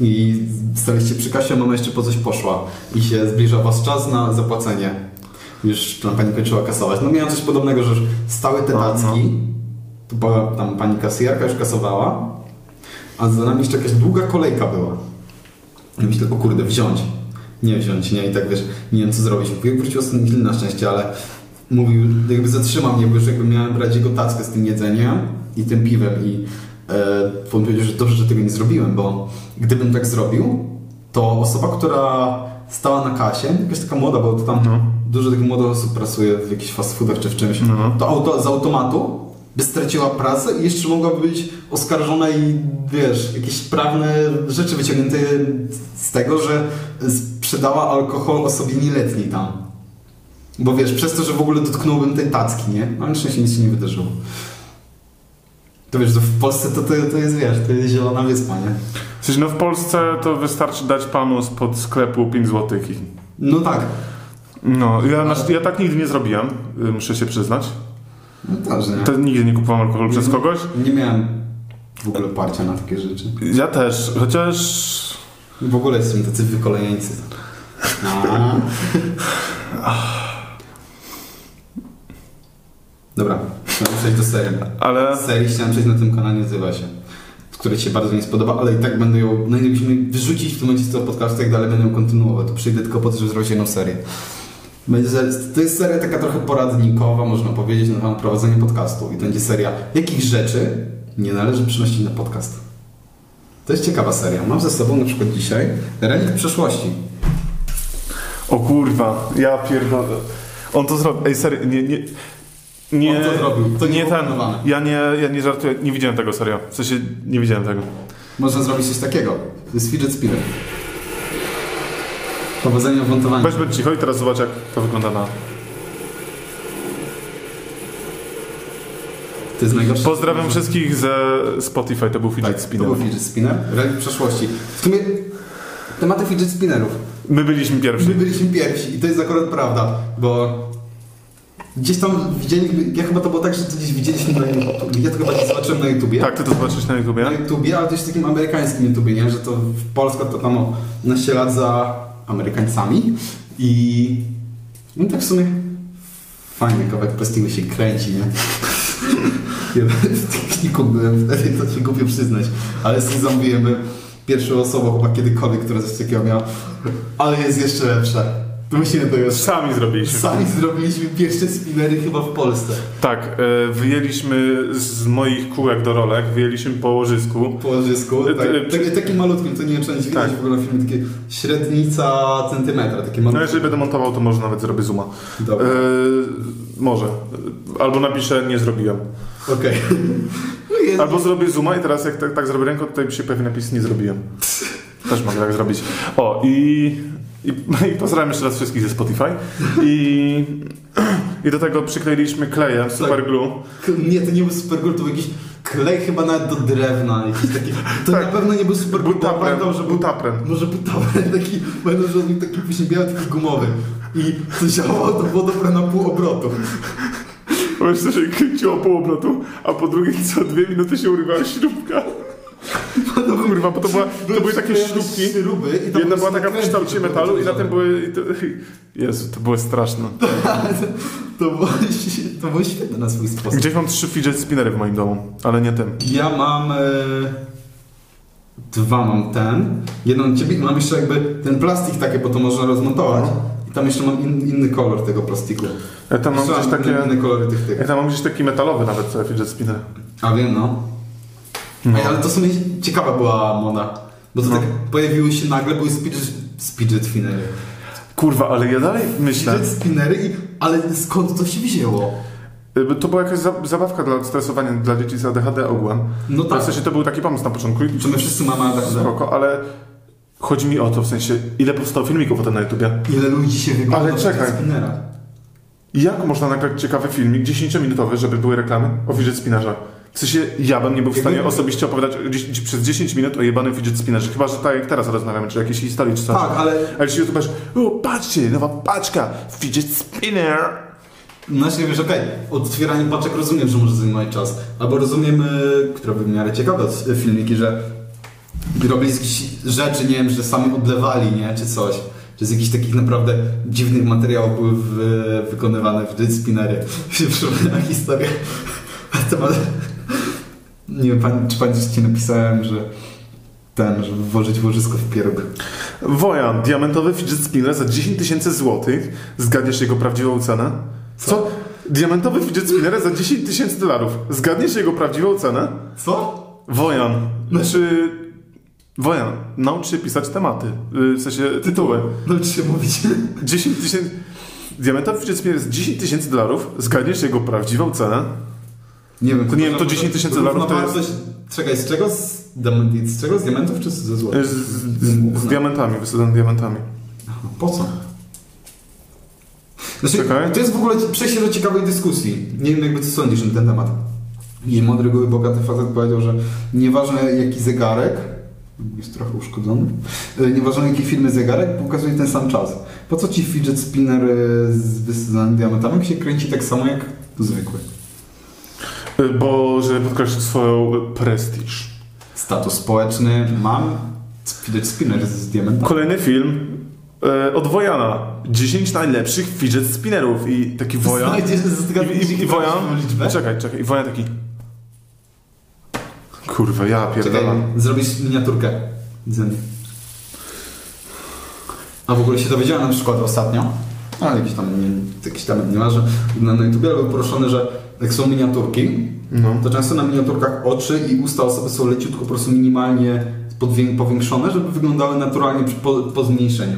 Speaker 2: i staliście przy kasie, mama jeszcze po coś poszła i się zbliża was czas na zapłacenie. Już tam pani kończyła kasować. No miałem coś podobnego, że już stały te
Speaker 1: No, no.
Speaker 2: tacki, tu była tam pani kasjerka, już kasowała, a za nami jeszcze jakaś długa kolejka była. I myślę, o kurde, wziąć. Nie wziąć, nie, i tak wiesz, nie wiem co zrobić. Wujek wrócił z tym na szczęście, ale mówił, jakby zatrzymał mnie, bo już jakby miałem brać jego tackę z tym jedzeniem i tym piwem i e, on powiedział, że dobrze, że tego nie zrobiłem, bo gdybym tak zrobił, to osoba, która stała na kasie, jakaś taka młoda, bo to tam
Speaker 1: No.
Speaker 2: dużo tych młodych osób pracuje w jakichś fast foodach czy w czymś,
Speaker 1: No.
Speaker 2: to auto, z automatu by straciła pracę i jeszcze mogłaby być oskarżona i wiesz, jakieś prawne rzeczy wyciągnięte z tego, że sprzedała alkohol osobie nieletniej tam. Bo wiesz, przez to, że w ogóle dotknąłbym tej tacki, nie? Ale na szczęście nic się nie wydarzyło. To wiesz, to w Polsce to, to, to jest, wiesz, to jest zielona wyspa, nie?
Speaker 1: W sensie, no w Polsce to wystarczy dać panu spod sklepu 5 złotych i...
Speaker 2: No tak.
Speaker 1: No, ja, na- ja tak nigdy nie zrobiłem, y, muszę się przyznać.
Speaker 2: No tak, że nie.
Speaker 1: To nigdy nie kupowałem alkoholu przez
Speaker 2: Mhm.
Speaker 1: kogoś.
Speaker 2: Nie miałem w ogóle parcia na takie rzeczy.
Speaker 1: Ja też, chociaż...
Speaker 2: W ogóle jesteśmy tacy wykolejeńcy. A. Dobra, no chciałem przejść do serii.
Speaker 1: Ale...
Speaker 2: Serii chciałem przejść na tym kanale, nazywa się. Której się bardzo nie spodoba, ale i tak będę ją, no i musimy wyrzucić w tym momencie z tego podcastu i tak dalej, będę ją kontynuował. To przyjdę tylko po to, żeby zrobić jedną serię. Będzie, ser- to jest seria taka trochę poradnikowa, można powiedzieć, na temat prowadzenia podcastu. I to będzie seria, jakich rzeczy nie należy przynosić na podcast. To jest ciekawa seria. Mam ze sobą na przykład dzisiaj relikt przeszłości.
Speaker 1: O kurwa, ja pierdolę. On to zrobił. Ej, serio, nie, nie. Nie,
Speaker 2: On to zrobił. To nie
Speaker 1: nie
Speaker 2: było
Speaker 1: ten.
Speaker 2: planowane.
Speaker 1: Ja nie, ja nie żartuję, nie widziałem tego serio. W sensie nie widziałem tego.
Speaker 2: Można zrobić coś takiego. To jest fidget spinner. Powodzenia w montowaniu.
Speaker 1: Weźmy cicho i teraz zobacz jak to wygląda na.
Speaker 2: To jest najgorsze.
Speaker 1: Pozdrawiam wszystkich ze Spotify, to był Fidget
Speaker 2: Tak,
Speaker 1: Spinner.
Speaker 2: To był fidget spinner. Relikt przeszłości. W sumie tematy fidget spinnerów.
Speaker 1: My byliśmy pierwsi.
Speaker 2: My byliśmy pierwsi i to jest akurat prawda, bo gdzieś tam widzieliśmy, ja chyba to było tak, że to gdzieś widzieliśmy na YouTube. Ja to chyba nie zobaczyłem na YouTubie.
Speaker 1: Tak, ty to zobaczysz na YouTubie.
Speaker 2: na YouTubie, ale też takim amerykańskim YouTubie, nie? Że to w Polska to tam o, naśladza Amerykańcami i no tak w sumie fajny kawałek plastiku się kręci, nie? Ja w techniku byłem wtedy, to się głupio przyznać, ale z zamówiłem bym pierwszą osobą chyba kiedykolwiek, która coś takiego miała, ale jest jeszcze lepsze. Wymyśliłem to jeszcze.
Speaker 1: Sami zrobiliśmy.
Speaker 2: Sami zrobiliśmy pierwsze spinnery chyba w Polsce.
Speaker 1: Tak, e, wyjęliśmy z moich kółek do rolek, wyjęliśmy po łożysku.
Speaker 2: Po łożysku.
Speaker 1: E,
Speaker 2: Tak,
Speaker 1: e,
Speaker 2: tak, takim malutkim, to nie wiem, czy nie widać
Speaker 1: Tak.
Speaker 2: w ogóle na filmie, takie średnica centymetra, takie
Speaker 1: No
Speaker 2: malutkie.
Speaker 1: jeżeli będę montował, to może nawet zrobię zooma. E,
Speaker 2: Dobra,
Speaker 1: może. Albo napiszę, nie zrobiłem.
Speaker 2: okej. No i jest-
Speaker 1: Albo zrobię zooma i teraz jak tak, tak zrobię ręką, tutaj się pojawi napis nie zrobiłem. Też mogę tak zrobić. O, i, i, i pozdrawiam jeszcze raz wszystkich ze Spotify. I, i do tego przykleiliśmy klejem, superglue.
Speaker 2: K- Nie, to nie był supergul, to był jakiś klej chyba nawet do drewna. Jakiś taki, to
Speaker 1: Tak.
Speaker 2: na pewno nie był supergul, bo
Speaker 1: Butapren,
Speaker 2: pamiętam, że był
Speaker 1: butapren.
Speaker 2: Może butapren taki, pamiętam, że on był taki właśnie biały, taki gumowy. I to działało, to było dobre na pół obrotu.
Speaker 1: Powiedz, że się kręciło po obrotu, a po drugiej co dwie minuty się urywała śrubka. No kurwa, bo to, była, to były takie
Speaker 2: przyklejone
Speaker 1: śrubki.
Speaker 2: Śruby, i tam
Speaker 1: Jedna była
Speaker 2: po prostu
Speaker 1: taka w
Speaker 2: nakrętki
Speaker 1: kształcie
Speaker 2: były
Speaker 1: metalu i na tym
Speaker 2: zawiązane.
Speaker 1: były... i to- Jezu, to było straszne.
Speaker 2: To było, to było świetne na swój sposób.
Speaker 1: Gdzieś mam trzy fidget spinnery w moim domu, ale nie tym.
Speaker 2: Ja mam... E, dwa mam ten. Jedną od ciebie i mam jeszcze jakby ten plastik taki, bo to można rozmontować. I tam jeszcze mam in, inny kolor tego plastiku.
Speaker 1: Ja tam mam
Speaker 2: Słyszałem
Speaker 1: gdzieś
Speaker 2: inne-
Speaker 1: takie...
Speaker 2: Inne kolory tych tych.
Speaker 1: Ja tam mam gdzieś taki metalowy nawet sobie fidget spinner.
Speaker 2: A wiem, no.
Speaker 1: No.
Speaker 2: Ej, ale to w sumie ciekawa była moda. Bo to
Speaker 1: No.
Speaker 2: tak pojawiły się nagle, były spidget, spidget spinnery.
Speaker 1: Kurwa, ale ja dalej myślę...
Speaker 2: Fidget spinnery, i, ale skąd to się wzięło?
Speaker 1: y, To była jakaś za- zabawka dla stresowania dla dzieci z ADHD ogółem.
Speaker 2: No tak.
Speaker 1: W sensie to był taki pomysł na początku i
Speaker 2: Czy my wszyscy mamy ADHD?
Speaker 1: spoko, ale... Chodzi mi o to, w sensie, ile powstało filmików o tym na YouTubie.
Speaker 2: Ile ludzi się
Speaker 1: Ale
Speaker 2: wygląda w fidget
Speaker 1: czekaj.
Speaker 2: spinnera?
Speaker 1: Jak można nagrać ciekawy filmik 10-minutowy, żeby były reklamy o fidget spinnerze? W sensie ja bym nie był w stanie
Speaker 2: Jakby-
Speaker 1: osobiście opowiadać o 10, przez 10 minut o jebanym fidget spinnerze, chyba że tak jak teraz rozmawiamy, czy jakiejś historii czy coś.
Speaker 2: Tak, ale
Speaker 1: Ale jeśli youtuberzy, o patrzcie, nowa paczka, fidget spinner.
Speaker 2: Znaczy wiesz, okej, otwieranie paczek rozumiem, że może zajmować czas, albo rozumiem, y, które były w miarę ciekawe y, filmiki, że robili z jakichś rzeczy, nie wiem, że sami odlewali, nie, czy coś. Czy z jakichś takich naprawdę dziwnych materiałów były w, e, wykonywane w spinnery. Się przypomniała historia na temat... Nie wiem, pan, czy pamiętasz, ci napisałem, że ten, żeby włożyć łożysko w pieróg.
Speaker 1: Wojan, diamentowy fidget spinner za 10 tysięcy złotych. Zgadniesz jego prawdziwą cenę? Co? Diamentowy fidget spinner za 10 tysięcy dolarów. Zgadniesz jego prawdziwą cenę?
Speaker 2: Co?
Speaker 1: Wojan, znaczy... Wojan, naucz się pisać tematy, y, w sensie tytuły.
Speaker 2: No czy się mówić?
Speaker 1: 10 tysięcy... Diamentowy fidget spinner z 10 tysięcy dolarów, zgadniesz jego prawdziwą cenę?
Speaker 2: Nie wiem,
Speaker 1: To nie wiem, to 10 000 dolarów to jest-
Speaker 2: Coś, czekaj, z czego? Z, diament, z czego? Z diamentów czy ze
Speaker 1: Y,
Speaker 2: złota?
Speaker 1: Z, z, z, z diamentami, wysadzony diamentami.
Speaker 2: Po co? Znaczy,
Speaker 1: Czekaj.
Speaker 2: To jest w ogóle przejście do ciekawej dyskusji. Nie wiem, jakby co sądzisz na ten temat. I mądry, były bogaty facet powiedział, że nieważne jaki zegarek, jest trochę uszkodzony, y, nieważne jaki firmy zegarek, pokazuje ten sam czas. Po co ci fidget spinner y, z wysadzanym diamentami jak się kręci tak samo jak zwykły?
Speaker 1: Y, Bo żeby podkreślić swoją prestiż.
Speaker 2: Status społeczny mam fidget spinner z diamentami.
Speaker 1: Kolejny film e, od Wojana. 10 najlepszych fidget spinnerów i taki Wojan...
Speaker 2: Znajdziesz z tego
Speaker 1: I, i, i Wojan...
Speaker 2: liczbę?
Speaker 1: Czekaj, czekaj. I Wojan taki... Kurwa, ja
Speaker 2: Czekaj,
Speaker 1: pierdolę.
Speaker 2: zrobisz miniaturkę ze mnie. A w ogóle się dowiedziałem na przykład ostatnio, ale jakiś tam, nie, jakiś tam nie ma, że na na YouTubie był poruszony, że jak są miniaturki,
Speaker 1: No.
Speaker 2: to często na miniaturkach oczy i usta osoby są leciutko po prostu minimalnie podwię- powiększone, żeby wyglądały naturalnie przy- po, po zmniejszeniu.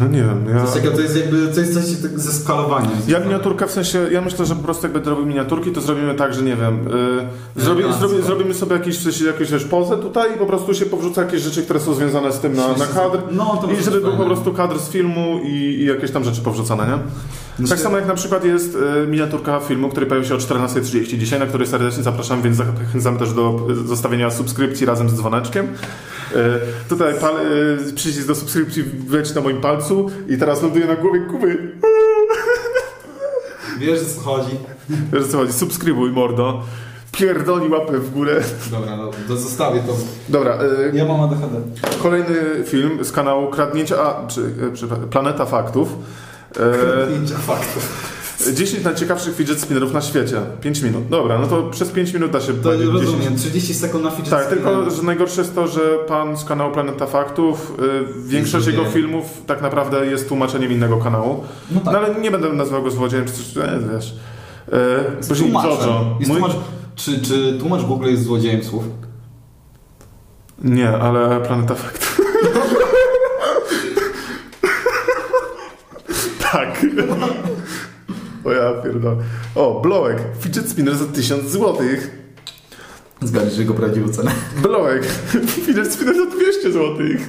Speaker 1: No nie wiem, ja...
Speaker 2: Coś takiego, to jest jakby, to jest coś tak ze skalowaniem.
Speaker 1: Ja miniaturka w sensie, ja myślę, że po prostu jakby robił miniaturki, to zrobimy tak, że nie wiem, y, zrobi,
Speaker 2: Elegancko.
Speaker 1: zrobi, zrobimy sobie jakieś, w sensie, jakieś wiesz, pozę tutaj i po prostu się powrzuca jakieś rzeczy, które są związane z tym na, na kadr.
Speaker 2: No, to
Speaker 1: I
Speaker 2: może
Speaker 1: żeby
Speaker 2: być
Speaker 1: był po
Speaker 2: fajne.
Speaker 1: prostu kadr z filmu i, i jakieś tam rzeczy powrzucane, nie?
Speaker 2: Znaczy-
Speaker 1: Tak samo jak na przykład jest y, miniaturka filmu, który pojawi się o 14.30 dzisiaj, na który serdecznie zapraszam, więc zachęcam też do y, zostawienia subskrypcji razem z dzwoneczkiem. Y, Tutaj pal, y, przycisk do subskrypcji leci na moim palcu i teraz ląduje na głowie Kuby.
Speaker 2: Wiesz, o co chodzi.
Speaker 1: Wiesz o co chodzi, subskrybuj mordo. Pierdoli łapę w górę.
Speaker 2: Dobra, no, to zostawię to.
Speaker 1: Dobra, y,
Speaker 2: Ja mam ADHD.
Speaker 1: kolejny film z kanału Kradnięcia, a, przy, y, przy, Planeta Faktów. E,
Speaker 2: Zdjęcia faktów.
Speaker 1: 10 najciekawszych fidget spinnerów na świecie. 5 minut. Dobra, no to przez 5 minut da się
Speaker 2: To
Speaker 1: powiedzieć
Speaker 2: rozumiem, 30 sekund na fidget
Speaker 1: Tak, tylko
Speaker 2: spinner.
Speaker 1: że najgorsze jest to, że pan z kanału Planeta Faktów, y, większość jego
Speaker 2: złodziejem.
Speaker 1: filmów tak naprawdę jest tłumaczeniem innego kanału.
Speaker 2: No tak.
Speaker 1: No ale nie będę nazwał go złodziejem, czy coś, e, wiesz. E,
Speaker 2: Z
Speaker 1: później
Speaker 2: tłumaczem.
Speaker 1: Jojo.
Speaker 2: Jest
Speaker 1: Mój...
Speaker 2: tłumacz... Czy, czy tłumacz Google jest złodziejem słów?
Speaker 1: Nie, ale Planeta Faktów. tak. o ja pierdolę. O, blołek. Fidget spinner za 1000 złotych.
Speaker 2: Zgadniesz jego prawdziwą cenę.
Speaker 1: Blołek. Fidget spinner za 200 złotych.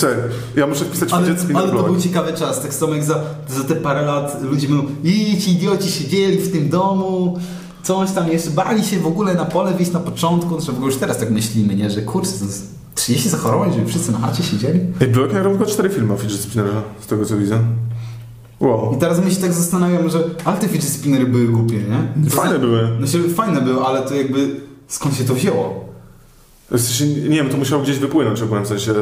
Speaker 1: Cześć, ja muszę wpisać
Speaker 2: Ale,
Speaker 1: fidget spinner
Speaker 2: ale to był
Speaker 1: blołek.
Speaker 2: ciekawy czas, tak samo jak za, za te parę lat ludzie mówią, i ci idioci siedzieli w tym domu, coś tam jeszcze, bali się w ogóle na pole wyjść na początku, znaczy w ogóle już teraz tak myślimy, nie, że kurczę, to jest 30 zachorowań, żeby wszyscy na chacie siedzieli.
Speaker 1: Ej, blołek nagrał tylko 4 filmy o fidget spinnerze, z tego co widzę.
Speaker 2: I
Speaker 1: Wow.
Speaker 2: teraz my się tak zastanawiamy, że ale te fidget spinnery były głupie, nie? To
Speaker 1: Fajne
Speaker 2: zna-
Speaker 1: były.
Speaker 2: Znaczy fajne były, ale to jakby skąd się to wzięło?
Speaker 1: W sensie, nie wiem, to musiał gdzieś wypłynąć ogólnie, w sensie...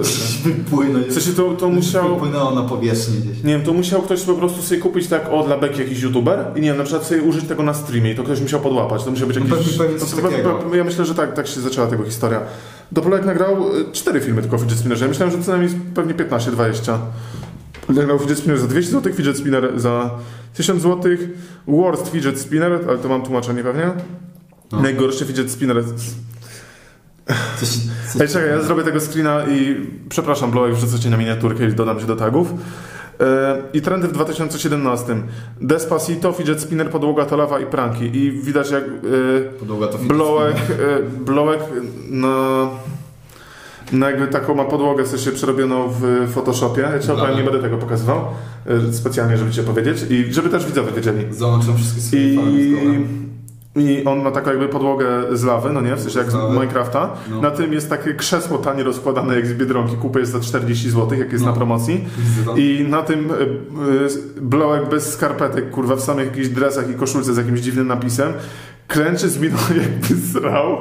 Speaker 2: Wypłynąć.
Speaker 1: W sensie to, to musiał...
Speaker 2: Wypłynęło na powierzchnię gdzieś.
Speaker 1: Nie wiem, to musiał ktoś po prostu sobie kupić tak o dla beki jakiś youtuber i nie wiem, na przykład sobie użyć tego na streamie i to ktoś musiał podłapać. To musiał być
Speaker 2: No
Speaker 1: jakiś...
Speaker 2: pewnie- pewnie coś
Speaker 1: to- to-
Speaker 2: takiego.
Speaker 1: to- ja myślę, że tak, tak się zaczęła tego historia. Doplek nagrał y, cztery filmy tylko o fidget spinnerze. Ja myślałem, że co najmniej pewnie 15-20. Nagrał fidget spinner za 200 zł, fidget spinner za 1000 zł, worst fidget spinner, ale to mam tłumaczenie pewnie.
Speaker 2: No.
Speaker 1: Najgorszy fidget spinner. z-
Speaker 2: Coś,
Speaker 1: Ej, czekaj, ja zrobię tego screena i przepraszam, Blołek, wrzucę cię na miniaturkę i dodam się do tagów. E, I trendy w 2017. Despacito, fidget spinner, podłoga to lawa i pranki. I widać jak e,
Speaker 2: Podłoga to fidget
Speaker 1: Blołek, e, blołek na, na jakby taką ma podłogę, w sensie przerobioną w Photoshopie. Ja ci
Speaker 2: Dobra.
Speaker 1: no. nie będę tego pokazywał e, specjalnie, żeby cię powiedzieć i żeby też widzowie wiedzieli.
Speaker 2: Załączam wszystkie swoje
Speaker 1: I,
Speaker 2: fale z głowy.
Speaker 1: I on ma taką jakby podłogę z lawy, no nie? W sensie jak z
Speaker 2: Z lawy.
Speaker 1: Minecrafta.
Speaker 2: No.
Speaker 1: Na tym jest takie krzesło tanie rozkładane jak z Biedronki. Kupy jest za 40 zł, jak jest
Speaker 2: No.
Speaker 1: na promocji.
Speaker 2: Widzę to.
Speaker 1: I na tym y, y, blołek bez skarpetek, kurwa, w samych jakichś dresach i koszulce z jakimś dziwnym napisem. Kręczy z miną jakby zrał.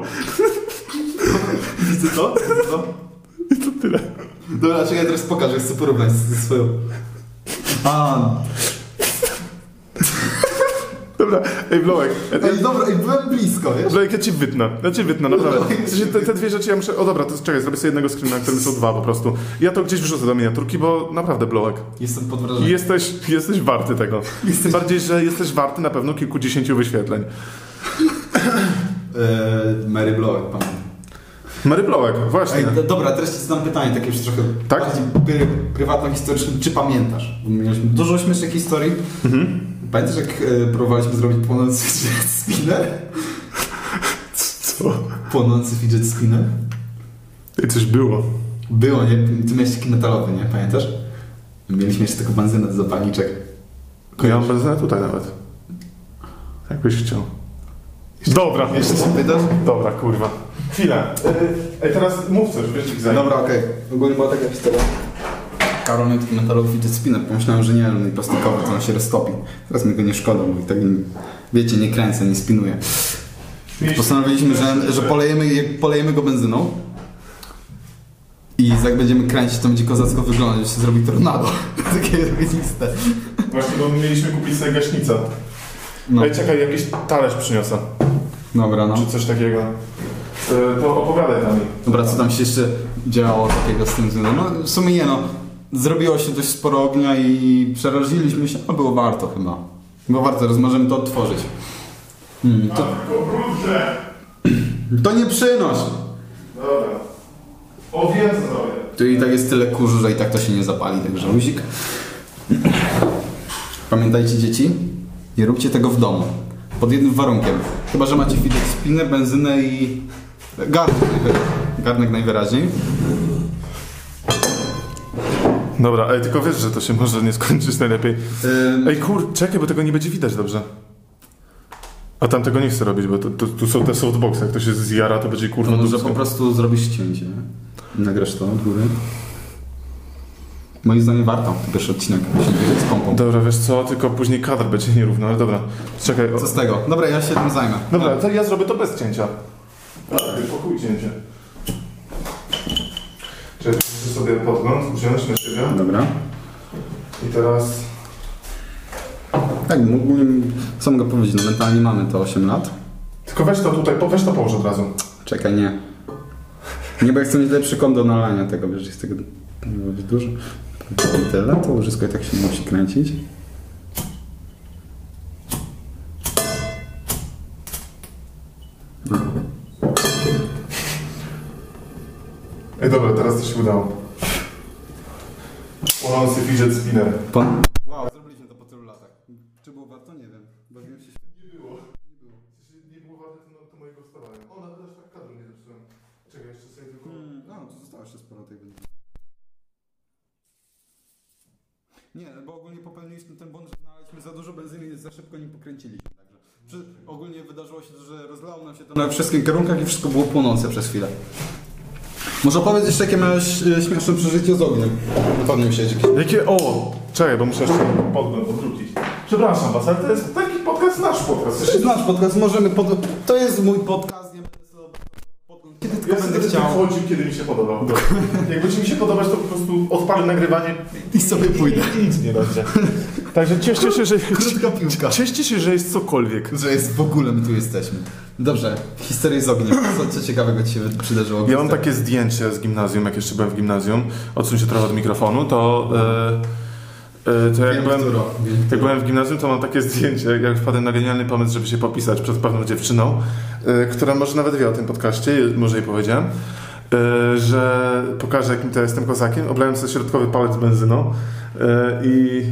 Speaker 2: Widzę to? Widzę to?
Speaker 1: I to tyle.
Speaker 2: Dobra, czekaj, teraz pokażę, chcę porównać z- ze swoją. A,
Speaker 1: Dobra, ej blołek.
Speaker 2: ej, dobra, ej, byłem blisko, wiesz?
Speaker 1: Blołek, ja ci wytnę. Ja ci wytnę, naprawdę. W sensie te, te dwie rzeczy ja muszę... O dobra, to czekaj, zrobię sobie jednego screena, na którym są dwa po prostu. Ja to gdzieś wrzucę do miniaturki, bo naprawdę blołek.
Speaker 2: Jestem pod
Speaker 1: I
Speaker 2: wrażeniem.
Speaker 1: Jesteś, jesteś warty tego.
Speaker 2: Jesteś-
Speaker 1: Tym bardziej, że jesteś warty na pewno kilkudziesięciu wyświetleń.
Speaker 2: Eee, Mary Blower, pan.
Speaker 1: Mary Blołek, właśnie.
Speaker 2: Ej, d- dobra, teraz ci zadam pytanie, takie już trochę
Speaker 1: Tak?
Speaker 2: bardziej pry, prywatno-historyczne. Czy pamiętasz? Bo Mieliśmy dużo śmiesznych historii. Pamiętasz, jak e, próbowaliśmy zrobić płonący fidget spinner?
Speaker 1: Co?
Speaker 2: Płonący fidget spinner?
Speaker 1: Ej, coś było.
Speaker 2: Było, nie? Ty miałeś taki metalowy, nie? Pamiętasz? Mieliśmy jeszcze taką benzynę do zapalniczek.
Speaker 1: Ja mam benzynę tutaj nawet. Jakbyś chciał. Dobra.
Speaker 2: Jeszcze się pytasz?
Speaker 1: Dobra, kurwa. Chwila. Ej, teraz mów coś, wiesz, jak
Speaker 2: Dobra, okej. Tak. Ogólnie była taka historia. Karol miał taki metalowy fidget spinner. Pomyślałem, że nie, on jest plastikowy, to on się roztopi. Teraz mi go nie szkoda, bo i tak, nie- wiecie, nie kręcę, nie spinuję. Postanowiliśmy, że, że polejemy, je- polejemy go benzyną. I jak będziemy kręcić, to będzie kozacko wyglądać, że się zrobi tornado. Takie liste.
Speaker 1: Właśnie, bo mieliśmy kupić sobie gaśnicę.
Speaker 2: No,
Speaker 1: Ej, czekaj, jakiś talerz przyniosę.
Speaker 2: dobra, no.
Speaker 1: Czy coś takiego. E, to opowiadaj na mi.
Speaker 2: Dobra, co tam się jeszcze działo takiego z tym względem? No w sumie nie no, zrobiło się dość sporo ognia i przeraziliśmy się, ale było warto chyba. Było warto, teraz możemy to odtworzyć. Hmm, to,
Speaker 1: Obrócę!
Speaker 2: to nie przynoś!
Speaker 1: Dobra. O, wiem, co zrobię.
Speaker 2: Tu i tak jest tyle kurzu, że i tak to się nie zapali, także luzik. Pamiętajcie dzieci, nie róbcie tego w domu. Pod jednym warunkiem. Chyba, że macie fidget spinę, benzynę i garnek, najwyra- garnek najwyraźniej.
Speaker 1: Dobra, ale tylko wiesz, że to się może nie skończyć najlepiej.
Speaker 2: Ym,
Speaker 1: Ej, kur, czekaj, bo tego nie będzie widać dobrze. A tam tego nie chcę robić, bo to- to- tu są te softboxy. Jak to się zjara, to będzie
Speaker 2: To
Speaker 1: kurwa
Speaker 2: może
Speaker 1: dupsko.
Speaker 2: po prostu zrobisz cięcie. Nagrasz to od góry. Moim zdaniem warto pierwszy odcinek się bierze z pompą.
Speaker 1: Dobra, wiesz co, tylko później kadr będzie nierówny, ale dobra. Czekaj, o...
Speaker 2: Co z tego? Dobra, ja się tym zajmę.
Speaker 1: Dobra, to ja zrobię to bez cięcia. Tak, pokój cięcie. Czekaj, muszę sobie podgląd wziąć na siebie
Speaker 2: Dobra.
Speaker 1: i teraz...
Speaker 2: tak, mógłbym, co mogę powiedzieć, no mentalnie mamy te 8 lat.
Speaker 1: Tylko weź to tutaj, po- weź to połóż od razu.
Speaker 2: Czekaj, nie. Nie, bo ja chcę mieć lepszy kąt do nalania tego, wiesz, jest tego jest dużo. I tyle, to wszystko i tak się musi kręcić.
Speaker 1: Ej, dobra, teraz to się udało. Polący fidget spinner.
Speaker 2: Pan... Wow, zrobiliśmy to po tylu latach. Czy było warto? Nie wiem. Bawiłem się
Speaker 1: Nie było. Nie było warte to, to mojego wstawania. O, nawet też tak kadru nie zepsułem. Czekaj, jeszcze sobie tylko...
Speaker 2: No, to zostało jeszcze sporo tej wędrówki. Nie, bo ogólnie popełniliśmy ten błąd, że znaleźliśmy za dużo benzyny i za szybko nim pokręciliśmy. Także przy, ogólnie wydarzyło się, to, że rozlało nam się to na wszystkich kierunkach i wszystko było płonące przez chwilę. Może opowiedz jeszcze, jakie miałeś e, śmieszne przeżycie z ogniem. Pod nim siedzi.
Speaker 1: Jakie... O! Czekaj, bo muszę jeszcze podgląd odwrócić. Przepraszam was, ale to jest taki podcast, nasz podcast. Jeszcze
Speaker 2: Znasz podcast, możemy pod... To jest mój podcast, nie będę sobie podgląd. Kiedy tylko
Speaker 1: Ja
Speaker 2: będę
Speaker 1: będę
Speaker 2: chciał.
Speaker 1: chodził, kiedy mi się podobał. Jak będzie mi się podobać, to po prostu odpalę nagrywanie
Speaker 2: I sobie pójdę.
Speaker 1: i nic nie będzie. Także cieszcie się, że...
Speaker 2: Krótka piłka.
Speaker 1: Cieszcie się, że jest cokolwiek.
Speaker 2: Że jest w ogóle my tu jesteśmy. Dobrze, historię z ogniem. Co, co ciekawego ci się przydarzyło?
Speaker 1: Ja mam takie zdjęcie z gimnazjum, jak jeszcze byłem w gimnazjum, odsuń się trochę od mikrofonu, to, e, e, to jak,
Speaker 2: Wiem,
Speaker 1: byłem,
Speaker 2: którą, wiem,
Speaker 1: jak
Speaker 2: którą.
Speaker 1: byłem w gimnazjum, to mam takie zdjęcie, jak wpadłem na genialny pomysł, żeby się popisać przed pewną dziewczyną, e, która może nawet wie o tym podcaście, może jej powiedziałem, e, że pokażę, jakim to jestem kozakiem, oblałem sobie środkowy palec benzyną e, i,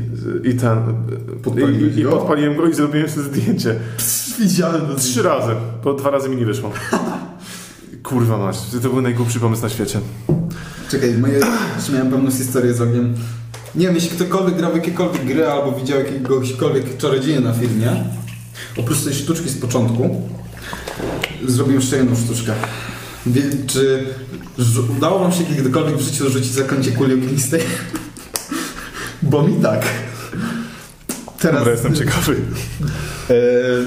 Speaker 1: i ten...
Speaker 2: Podpaliłeś
Speaker 1: i, i
Speaker 2: go?
Speaker 1: podpaliłem go i zrobiłem sobie zdjęcie.
Speaker 2: widziałem.
Speaker 1: Trzy razy, bo dwa razy mi nie wyszło. Kurwa masz, to był najgłupszy pomysł na świecie.
Speaker 2: Czekaj, moje... Czy miałem pewną historię z ogniem? Nie wiem, jeśli ktokolwiek grał w jakiekolwiek gry albo widział jakiegośkolwiek czarodzieja na filmie, oprócz tej sztuczki z początku, zrobiłem jeszcze jedną sztuczkę. Wie, czy żu- udało wam się kiedykolwiek w życiu rzucić zaklęcie kuli ognistej? Bo mi tak. Teraz...
Speaker 1: Dobra, jestem ciekawy.
Speaker 2: Eee,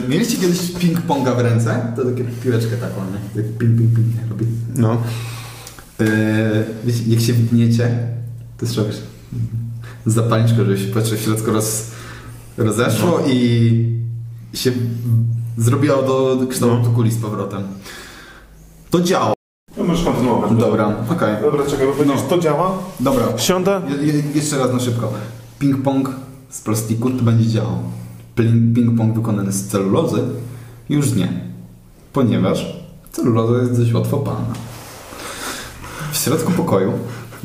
Speaker 2: mieliście kiedyś ping-ponga w ręce? To takie piłeczkę taką, nie? Tak ping, ping, ping robi.
Speaker 1: No.
Speaker 2: Eee, wiecie, jak się wgniecie, to zrobisz zapalniczkę, żeby się powietrze w środku roz, rozeszło i się zrobiło do kształtu kuli z powrotem. To działa.
Speaker 1: No możesz kontynuować.
Speaker 2: Dobra, No. okej.
Speaker 1: Dobra, czekaj, bo
Speaker 2: powiedziałeś,
Speaker 1: to działa.
Speaker 2: Dobra.
Speaker 1: Siądę.
Speaker 2: Je, je, jeszcze raz na szybko. Ping-pong z plastiku to będzie działał. Plin- Ping-pong wykonany z celulozy już nie. Ponieważ celuloza jest dość łatwo palna. W środku pokoju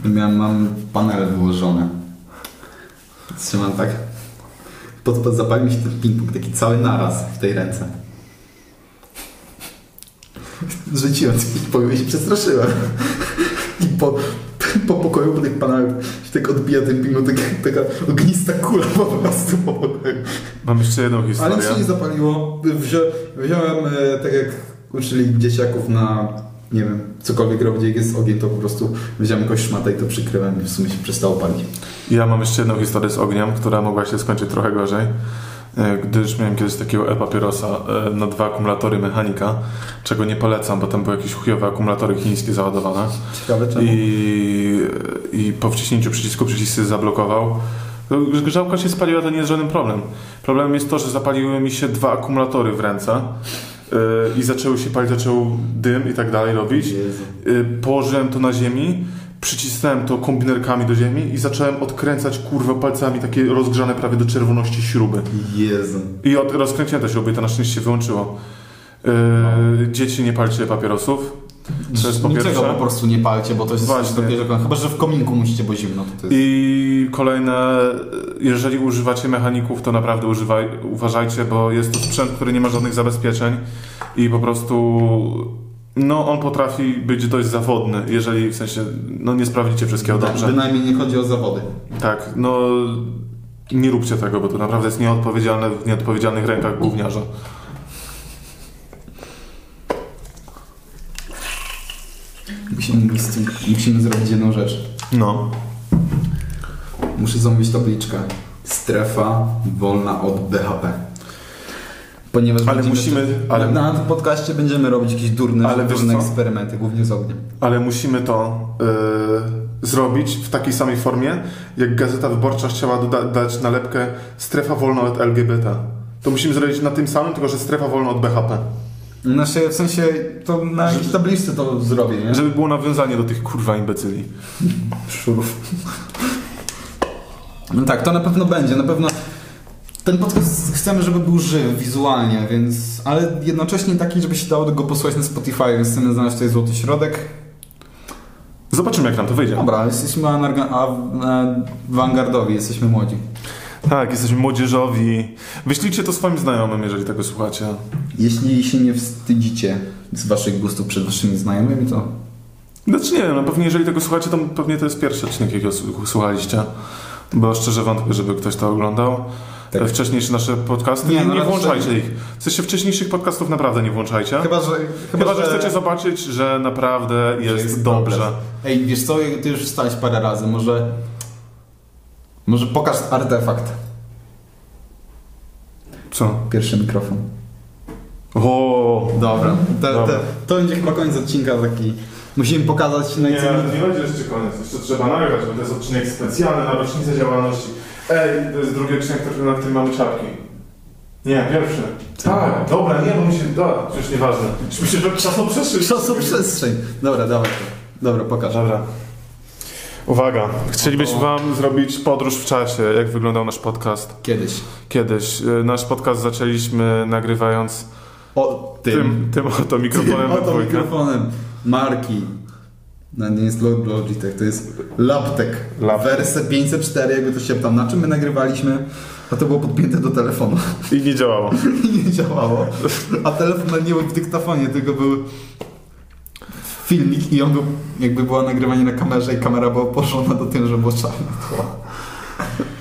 Speaker 2: miałem, mam panele wyłożone. Trzymam tak. Pod, pod zapalił mi się ten ping-pong taki cały naraz w tej ręce. Rzuciłem ten ping-pong i się przestraszyłem. I po, po pokoju, po tych panelach się tak odbija ten ping-pong, tak, taka ognista kula po prostu po pokoju.
Speaker 1: Mam jeszcze jedną
Speaker 2: Ale
Speaker 1: historię.
Speaker 2: nic się nie zapaliło. Wzią, wziąłem, e, tak jak uczyli dzieciaków na, nie wiem, cokolwiek robić, jak jest ogień, to po prostu wziąłem jakąś szmatę i to przykryłem i w sumie się przestało palić.
Speaker 1: Ja mam jeszcze jedną historię z ogniem, która mogła się skończyć trochę gorzej. e, Gdyż miałem kiedyś takiego e-papierosa e, na dwa akumulatory mechanika, czego nie polecam, bo tam były jakieś chujowe akumulatory chińskie załadowane.
Speaker 2: Ciekawe czemu.
Speaker 1: I, e, I po wciśnięciu przycisku przycisk się zablokował. Grzałka się spaliła, to nie jest żaden problem. Problemem jest to, że zapaliły mi się dwa akumulatory w ręce yy, i zaczęły się palić, zaczął dym i tak dalej robić.
Speaker 2: Jezu.
Speaker 1: Yy, położyłem to na ziemi, przycisnąłem to kombinerkami do ziemi i zacząłem odkręcać kurwa palcami takie rozgrzane prawie do czerwoności śruby.
Speaker 2: Jezu.
Speaker 1: I od, rozkręciłem te śruby i to na szczęście wyłączyło. Yy, Dzieci nie palcie papierosów. To jest po
Speaker 2: Niczego
Speaker 1: pierwsze.
Speaker 2: po prostu nie palcie, bo to jest
Speaker 1: Właśnie.
Speaker 2: dopiero Chyba, że w kominku musicie, bo zimno to, to jest.
Speaker 1: I kolejne, jeżeli używacie mechaników, to naprawdę używaj, uważajcie, bo jest to sprzęt, który nie ma żadnych zabezpieczeń i po prostu no on potrafi być dość zawodny, jeżeli w sensie no nie sprawdzicie wszystkiego dobrze.
Speaker 2: Bynajmniej nie chodzi o zawody.
Speaker 1: Tak, no nie róbcie tego, bo to naprawdę jest nieodpowiedzialne w nieodpowiedzialnych rękach gówniarza.
Speaker 2: Musimy, musimy zrobić jedną rzecz.
Speaker 1: No.
Speaker 2: Muszę zamówić tabliczkę. Strefa wolna od BHP.
Speaker 5: Ponieważ
Speaker 1: Ale
Speaker 5: będziemy-
Speaker 1: musimy- ale-
Speaker 5: Na, na tym podcaście będziemy robić jakieś durne,
Speaker 1: Ale wiesz
Speaker 5: durne
Speaker 1: co?
Speaker 5: eksperymenty, głównie z ogniem.
Speaker 1: Ale musimy to y, zrobić w takiej samej formie, jak Gazeta Wyborcza chciała doda- dać nalepkę strefa wolna od LGBT. To musimy zrobić na tym samym, tylko że strefa wolna od BHP.
Speaker 5: Znaczy, w sensie, to na jakiejś tabliczce to zrobię, nie?
Speaker 1: Żeby było nawiązanie do tych kurwa imbecyli.
Speaker 5: Szurów. No tak, to na pewno będzie, na pewno ten podcast chcemy, żeby był żywy wizualnie, więc, ale jednocześnie taki, żeby się dało go posłuchać na Spotify, więc chcemy znaleźć tutaj złoty środek.
Speaker 1: Zobaczymy, jak nam to wyjdzie.
Speaker 5: Dobra, jesteśmy anarga- aw- e, awangardowi, jesteśmy młodzi.
Speaker 1: Tak, jesteśmy młodzieżowi. Wyślijcie to swoim znajomym, jeżeli tego słuchacie.
Speaker 5: Jeśli się nie wstydzicie z waszych gustów przed waszymi znajomymi, to
Speaker 1: Znaczy nie wiem, no pewnie jeżeli tego słuchacie, to pewnie to jest pierwszy odcinek, jakiego słu- słuchaliście. Bo szczerze wątpię, żeby ktoś to oglądał.
Speaker 5: Tak.
Speaker 1: E, Wcześniejsze nasze podcasty.
Speaker 5: Nie,
Speaker 1: Nie,
Speaker 5: no
Speaker 1: nie
Speaker 5: raczej-
Speaker 1: włączajcie ich. W sensie wcześniejszych podcastów naprawdę nie włączajcie. Chyba,
Speaker 5: chyba, że...
Speaker 1: że... chcecie zobaczyć, że naprawdę jest, dobrze.
Speaker 5: Ej, wiesz co, ty już wstałeś parę razy, może... Może pokaż artefakt.
Speaker 1: Co?
Speaker 5: Pierwszy mikrofon.
Speaker 1: O,
Speaker 5: Dobra. To,
Speaker 1: Dobra.
Speaker 5: To, to będzie chyba koniec odcinka taki. Musimy pokazać
Speaker 2: No
Speaker 5: na
Speaker 1: Nie, nie będzie jeszcze koniec. Jeszcze trzeba nagrać, bo to jest odcinek specjalny na rocznicę działalności. Ej, to jest drugi odcinek, który- na którym mamy czapki. Nie, pierwszy. Tak, dobra, nie, bo mi się da. Przecież nieważne. Już mi się czasem przeszył.
Speaker 5: Czasoprzestrzeń. Dobra, dawaj. Dobra, pokaż.
Speaker 1: Dobra. No Uwaga, chcielibyśmy Wam zrobić podróż w czasie, jak wyglądał nasz podcast
Speaker 5: Kiedyś.
Speaker 1: kiedyś. Y, Nasz podcast zaczęliśmy nagrywając
Speaker 5: O tym.
Speaker 1: tym, tym oto mikrofonem na
Speaker 5: Oto
Speaker 1: dwójkę.
Speaker 5: mikrofonem. Marki. No nie jest Log- Logitech, to jest Laptek.
Speaker 1: Laptek.
Speaker 5: Wersja 504, jakby to się tam na czym my nagrywaliśmy, a to było podpięte do telefonu
Speaker 1: I nie działało.
Speaker 5: i nie działało. A telefon nie był w dyktafonie, tylko był filmik i on był, jakby było nagrywanie na kamerze i kamera była położona do tym, że było czarne tło.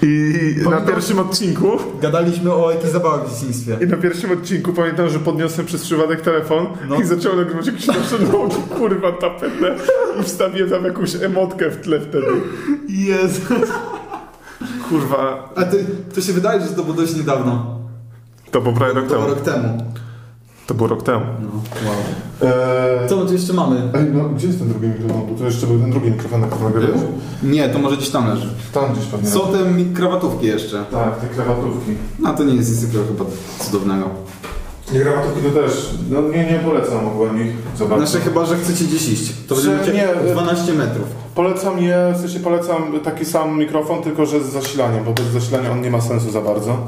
Speaker 1: I na
Speaker 5: Pamiętam-
Speaker 1: pierwszym odcinku
Speaker 5: Gadaliśmy o jakichś zabawach w dzieciństwie.
Speaker 1: I na pierwszym odcinku pamiętam, że podniosłem przez przypadek telefon
Speaker 5: No.
Speaker 1: i zacząłem nagrywać jakieś nasze nogi, kurwa, tapetne i wstawiłem tam jakąś emotkę w tle wtedy.
Speaker 5: Jest.
Speaker 1: Kurwa,
Speaker 5: A to, to się wydaje, że to było dość niedawno.
Speaker 1: to był prawie rok
Speaker 5: To było
Speaker 1: temu.
Speaker 5: rok temu.
Speaker 1: To był rok temu.
Speaker 5: No, wow.
Speaker 1: Eee...
Speaker 5: Co tu jeszcze mamy?
Speaker 1: Ej, no, gdzie jest ten drugi mikrofon? Bo tu jeszcze był ten drugi mikrofon, na którym nagrywałeś.
Speaker 5: Nie, to może gdzieś tam leży.
Speaker 1: Tam gdzieś pewnie.
Speaker 5: Są te mi- krawatówki jeszcze.
Speaker 1: Tak, te krawatówki.
Speaker 5: No to nie jest nic takiego chyba cudownego.
Speaker 1: Nie, krawatówki to też, no nie, nie polecam ogólnie ich. Zobacz.
Speaker 5: Znaczy chyba, że chcecie gdzieś iść. To
Speaker 1: Że
Speaker 5: będzie
Speaker 1: nie,
Speaker 5: macie
Speaker 1: y-
Speaker 5: 12 metrów.
Speaker 1: Polecam je, w sensie polecam taki sam mikrofon, tylko że z zasilaniem, bo bez zasilania on nie ma sensu za bardzo.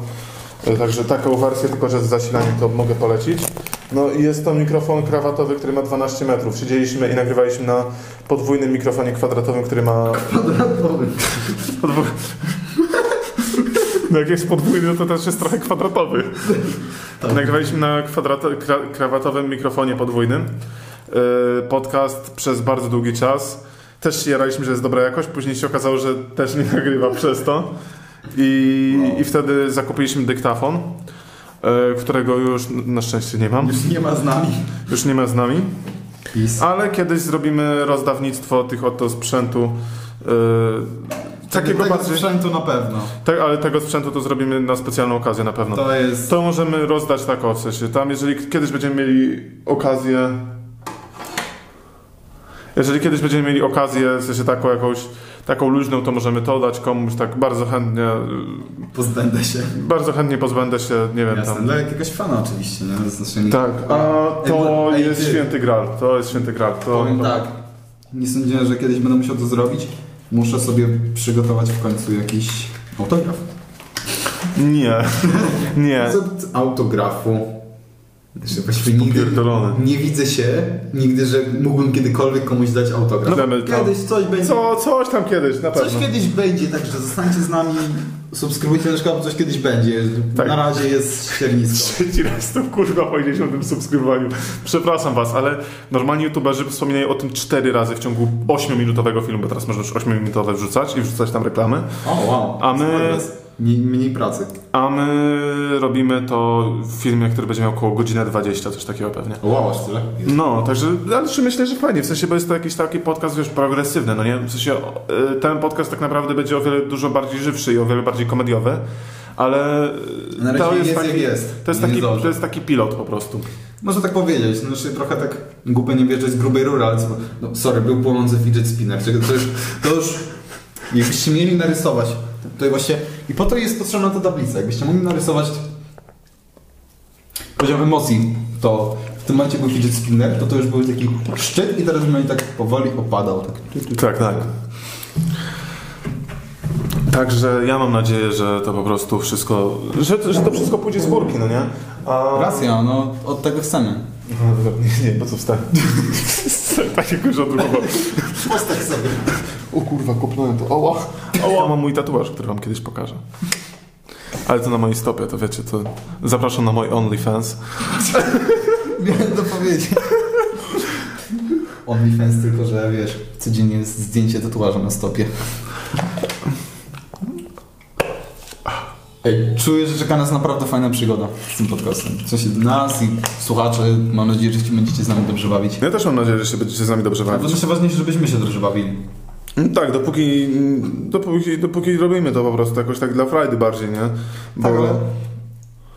Speaker 1: E, Także taką wersję, tylko że z zasilaniem to mogę polecić. No i jest to mikrofon krawatowy, który ma 12 metrów. Siedzieliśmy i nagrywaliśmy na podwójnym mikrofonie kwadratowym, który ma...
Speaker 5: Kwadratowy.
Speaker 1: No jak jest podwójny, to też jest trochę kwadratowy. Nagrywaliśmy na kwadrato- kra- krawatowym mikrofonie podwójnym e, podcast przez bardzo długi czas. Też się jaraliśmy, że jest dobra jakość, później się okazało, że też nie nagrywa przez to. I, i wtedy zakupiliśmy dyktafon, e, którego już n- na szczęście nie mam,
Speaker 5: Już nie ma z nami.
Speaker 1: już nie ma z nami.
Speaker 5: Pis.
Speaker 1: Ale kiedyś zrobimy rozdawnictwo tych oto sprzętu. e, Takiego
Speaker 5: tego
Speaker 1: bardziej,
Speaker 5: sprzętu na pewno.
Speaker 1: tak, ale tego sprzętu to zrobimy na specjalną okazję na pewno.
Speaker 5: To jest...
Speaker 1: To możemy rozdać tak o w sensie. Tam, jeżeli k- kiedyś będziemy mieli okazję. Jeżeli kiedyś będziemy mieli okazję, w sensie taką jakąś taką luźną, to możemy to dać komuś tak bardzo chętnie. y,
Speaker 5: Pozbędę się.
Speaker 1: Bardzo chętnie pozbędę się, nie wiem
Speaker 5: Jasne,
Speaker 1: tam.
Speaker 5: dla jakiegoś fana oczywiście, nie? Znaczy, nie-
Speaker 1: Tak, a to
Speaker 5: Ej, bo- ej,
Speaker 1: jest
Speaker 5: ty.
Speaker 1: święty gral. To jest święty gral. To,
Speaker 5: Powiem
Speaker 1: to...
Speaker 5: tak, nie sądziłem, że kiedyś będę musiał to zrobić. Muszę sobie przygotować w końcu jakiś autograf.
Speaker 1: Nie, nie.
Speaker 5: Koncept autografu. Że właściwie nigdy
Speaker 1: Popierdolony.
Speaker 5: nie widzę się, nigdy, że mógłbym kiedykolwiek komuś dać autograf.
Speaker 1: Damy to.
Speaker 5: kiedyś coś będzie.
Speaker 1: Co, coś tam kiedyś, na
Speaker 5: Coś
Speaker 1: pewno.
Speaker 5: kiedyś będzie, także zostańcie z nami, subskrybujcie nasz kanał, coś kiedyś będzie.
Speaker 1: Tak.
Speaker 5: Na razie jest ściernisko.
Speaker 1: Trzeci raz to kurwa powiedzieliśmy o tym subskrybowaniu. Przepraszam was, ale normalnie youtuberzy wspominają o tym cztery razy w ciągu 8-minutowego filmu, bo teraz można już 8-minutowe wrzucać i wrzucać tam reklamy.
Speaker 5: O, wow.
Speaker 1: A my-
Speaker 5: Mniej, mniej pracy.
Speaker 1: A my robimy to w filmie, który będzie miał około godzinę 20, coś takiego pewnie.
Speaker 5: Wow, aż tyle.
Speaker 1: No, także ale czy myślę, że fajnie, w sensie, bo jest to jakiś taki podcast, wiesz, progresywny, no nie? W sensie, o, y, ten podcast tak naprawdę będzie o wiele dużo bardziej żywszy i o wiele bardziej komediowy, ale
Speaker 5: Na razie
Speaker 1: to jest,
Speaker 5: jest jak
Speaker 1: taki,
Speaker 5: jest.
Speaker 1: To, jest
Speaker 5: Nie
Speaker 1: taki,
Speaker 5: zdążę.
Speaker 1: to jest taki pilot po prostu.
Speaker 5: Można tak powiedzieć, no znaczy trochę tak głupie nie wierzyć z grubej rury, ale co, no sorry, był płonący fidget spinner, czego to już, to już jakbyście mieli narysować, to właśnie, i po to jest potrzebna ta tablica, jakbyście mogli narysować poziom emocji, to w tym momencie był fidget spinner, to to już był taki szczyt i teraz by tak powoli opadał, tak.
Speaker 1: Tak, tak. Także ja mam nadzieję, że to po prostu wszystko, że, że to wszystko pójdzie z górki, no nie? A...
Speaker 5: Racja, no od tego chcemy.
Speaker 1: No, dobra, nie, nie, po co wstałem? tak jak już odruchowo.
Speaker 5: Postać sobie.
Speaker 1: O kurwa, kopnąłem to, oła. Ja mam mój tatuaż, który wam kiedyś pokażę. Ale to na mojej stopie, to wiecie, to zapraszam na mój OnlyFans.
Speaker 5: Miałem to powiedzieć. OnlyFans tylko, że wiesz, codziennie jest zdjęcie tatuażu na stopie. Ej, czuję, że czeka nas naprawdę fajna przygoda z tym podcastem. W sensie nas i słuchaczy, mam nadzieję, że się będziecie z nami dobrze bawić.
Speaker 1: Ja też mam nadzieję, że się będziecie z nami dobrze
Speaker 5: Ale
Speaker 1: bawić.
Speaker 5: to się ważniejsze, żebyśmy się dobrze bawili.
Speaker 1: No Tak, dopóki, dopóki, dopóki robimy to po prostu jakoś tak dla frajdy bardziej, nie? Bo,
Speaker 5: Tak, ale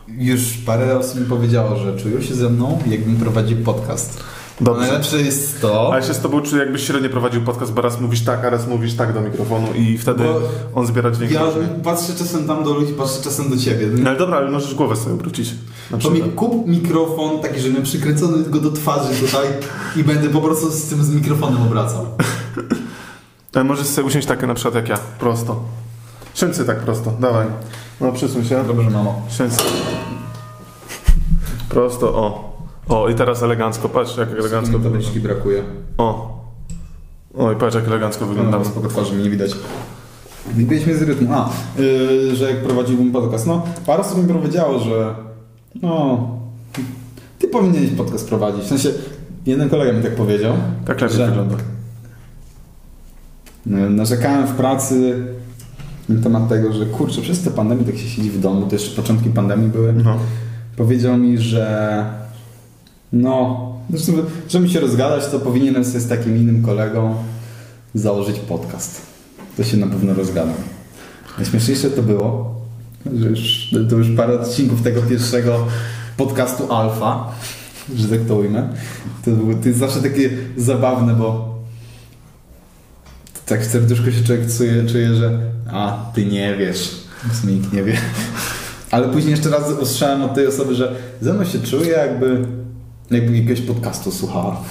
Speaker 5: już parę osób mi powiedziało, że czują się ze mną, jakbym prowadził podcast.
Speaker 1: Dobrze.
Speaker 5: Najlepsze jest to...
Speaker 1: A ja się z tobą czuję, jakbyś średnio prowadził podcast, bo raz mówisz tak, a raz mówisz tak do mikrofonu i wtedy
Speaker 5: Bo
Speaker 1: on zbiera dźwięk.
Speaker 5: Ja
Speaker 1: różny.
Speaker 5: patrzę czasem tam do ludzi, patrzę czasem do ciebie.
Speaker 1: No ale dobra, ale możesz głowę sobie obrócić. Na
Speaker 5: To mi
Speaker 1: przykład.
Speaker 5: kup mikrofon taki, że miałem przykręcony go do twarzy tutaj i będę po prostu z tym z mikrofonem obracał.
Speaker 1: Ale E, możesz sobie usiąść takie na przykład jak ja, prosto. Siądź sobie tak prosto, dawaj. No przesuń się.
Speaker 5: Dobrze, mamo.
Speaker 1: Siądź sobie. Prosto, o. O, i teraz elegancko, patrz jak elegancko wygląda.
Speaker 5: tabliczki brakuje.
Speaker 1: O. Oj, patrz jak elegancko
Speaker 5: Wygląda
Speaker 1: wyglądam.
Speaker 5: no, spoko twarzy, mi nie widać. Wybiliśmy z rytmu. A, yy, że jak prowadziłbym podcast. No, parę osób mi powiedziało, że no, ty powinieneś podcast prowadzić. W sensie, jeden kolega mi tak powiedział.
Speaker 1: Tak lepiej
Speaker 5: że-
Speaker 1: wygląda.
Speaker 5: Nie, No, Narzekałem w pracy na temat tego, że kurczę, przez te pandemie tak się siedzi w domu, też początki pandemii były.
Speaker 1: No.
Speaker 5: Powiedział mi, że no, zresztą, żeby się rozgadać, to powinienem sobie z takim innym kolegą założyć podcast. To się na pewno rozgadam. Najśmieszniejsze to było, że już, to już parę odcinków tego pierwszego podcastu Alfa, że tak to ujmę. To, było, to jest zawsze takie zabawne, bo tak w serduszku się człowiek czuje, czuje że a, ty nie wiesz. W sumie nikt nie wie. Ale później jeszcze raz usłyszałem od tej osoby, że ze mną się czuje jakby, jakby jakiegoś podcastu słuchała.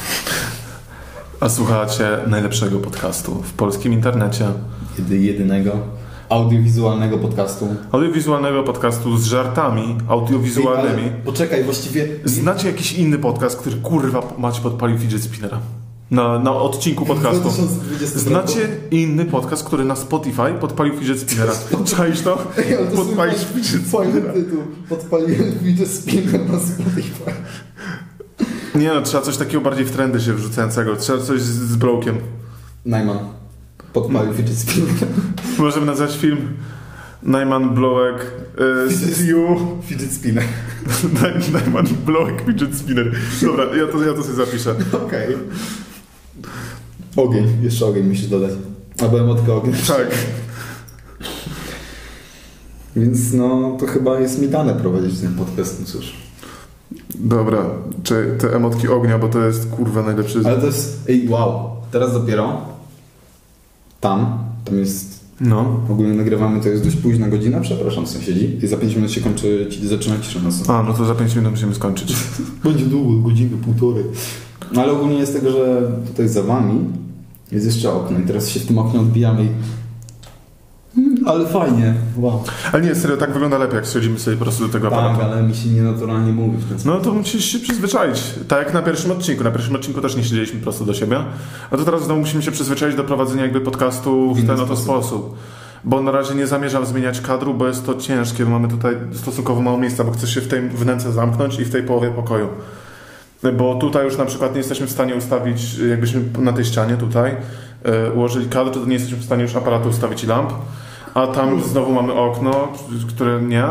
Speaker 1: A słuchacie najlepszego podcastu w polskim internecie.
Speaker 5: Jedy, jedynego audiowizualnego podcastu.
Speaker 1: Audiowizualnego podcastu z żartami audiowizualnymi.
Speaker 5: Ej, ale Poczekaj, właściwie...
Speaker 1: Znacie jakiś inny podcast, który kurwa macie podpalił fidget spinnera? Na, na odcinku
Speaker 5: no
Speaker 1: podcastu.
Speaker 5: 2020
Speaker 1: Znacie inny podcast, który na Spotify podpalił fidget spinnera? Czaisz to?
Speaker 5: Ej, ale to
Speaker 1: Podpalił
Speaker 5: są
Speaker 1: fidget
Speaker 5: Fajny
Speaker 1: spinnera.
Speaker 5: tytuł. Podpaliłem widzę spinę na Spotify.
Speaker 1: Nie no, trzeba coś takiego bardziej w trendy się wrzucającego. Trzeba coś z, z brołkiem.
Speaker 5: Najman. Podpalił widzę spinę.
Speaker 1: Możemy nazwać film Najman Blołek y, CCU.
Speaker 5: Fidget spinner.
Speaker 1: Naj- Najman Blołek fidget spinner. Dobra, ja to, ja to sobie zapiszę.
Speaker 5: Okej. Ogień. Jeszcze ogień musisz dodać. A byłem od ognia.
Speaker 1: Tak.
Speaker 5: Więc no, to chyba jest mi dane prowadzić ten podcast, no cóż.
Speaker 1: Dobra, czy te emotki ognia, bo to jest kurwa najlepszy.
Speaker 5: Ale to jest, ej, wow, teraz dopiero tam, tam jest,
Speaker 1: No.
Speaker 5: ogólnie nagrywamy, to jest dość późna godzina, przepraszam sąsiedzi, i za 5 minut się kończy, ci- zaczyna cisza nas.
Speaker 1: A, no to za 5 minut musimy skończyć.
Speaker 5: Będzie długo, godzinę, półtorej. No ale ogólnie jest tego, że tutaj za wami jest jeszcze okno i teraz się w tym oknie odbijamy i... Mm, Ale fajnie, wow.
Speaker 1: Ale nie, serio, tak wygląda lepiej, jak schodzimy sobie po prostu do tego
Speaker 5: Tak,
Speaker 1: aparatu.
Speaker 5: ale mi się nienaturalnie mówi w ten sposób.
Speaker 1: No to musisz się przyzwyczaić. Tak jak na pierwszym odcinku. Na pierwszym odcinku też nie siedzieliśmy prosto do siebie. A to teraz znowu musimy się przyzwyczaić do prowadzenia jakby podcastu
Speaker 5: W
Speaker 1: w,
Speaker 5: inny
Speaker 1: ten oto sposób. Bo na razie nie zamierzam zmieniać kadru, bo jest to ciężkie, bo mamy tutaj stosunkowo mało miejsca, bo chcę się w tej wnęce zamknąć i w tej połowie pokoju. Bo tutaj już na przykład nie jesteśmy w stanie ustawić, jakbyśmy na tej ścianie tutaj e, ułożyli kadr, to nie No. jesteśmy w stanie już aparatu ustawić i lamp. A tam znowu mamy okno, które nie.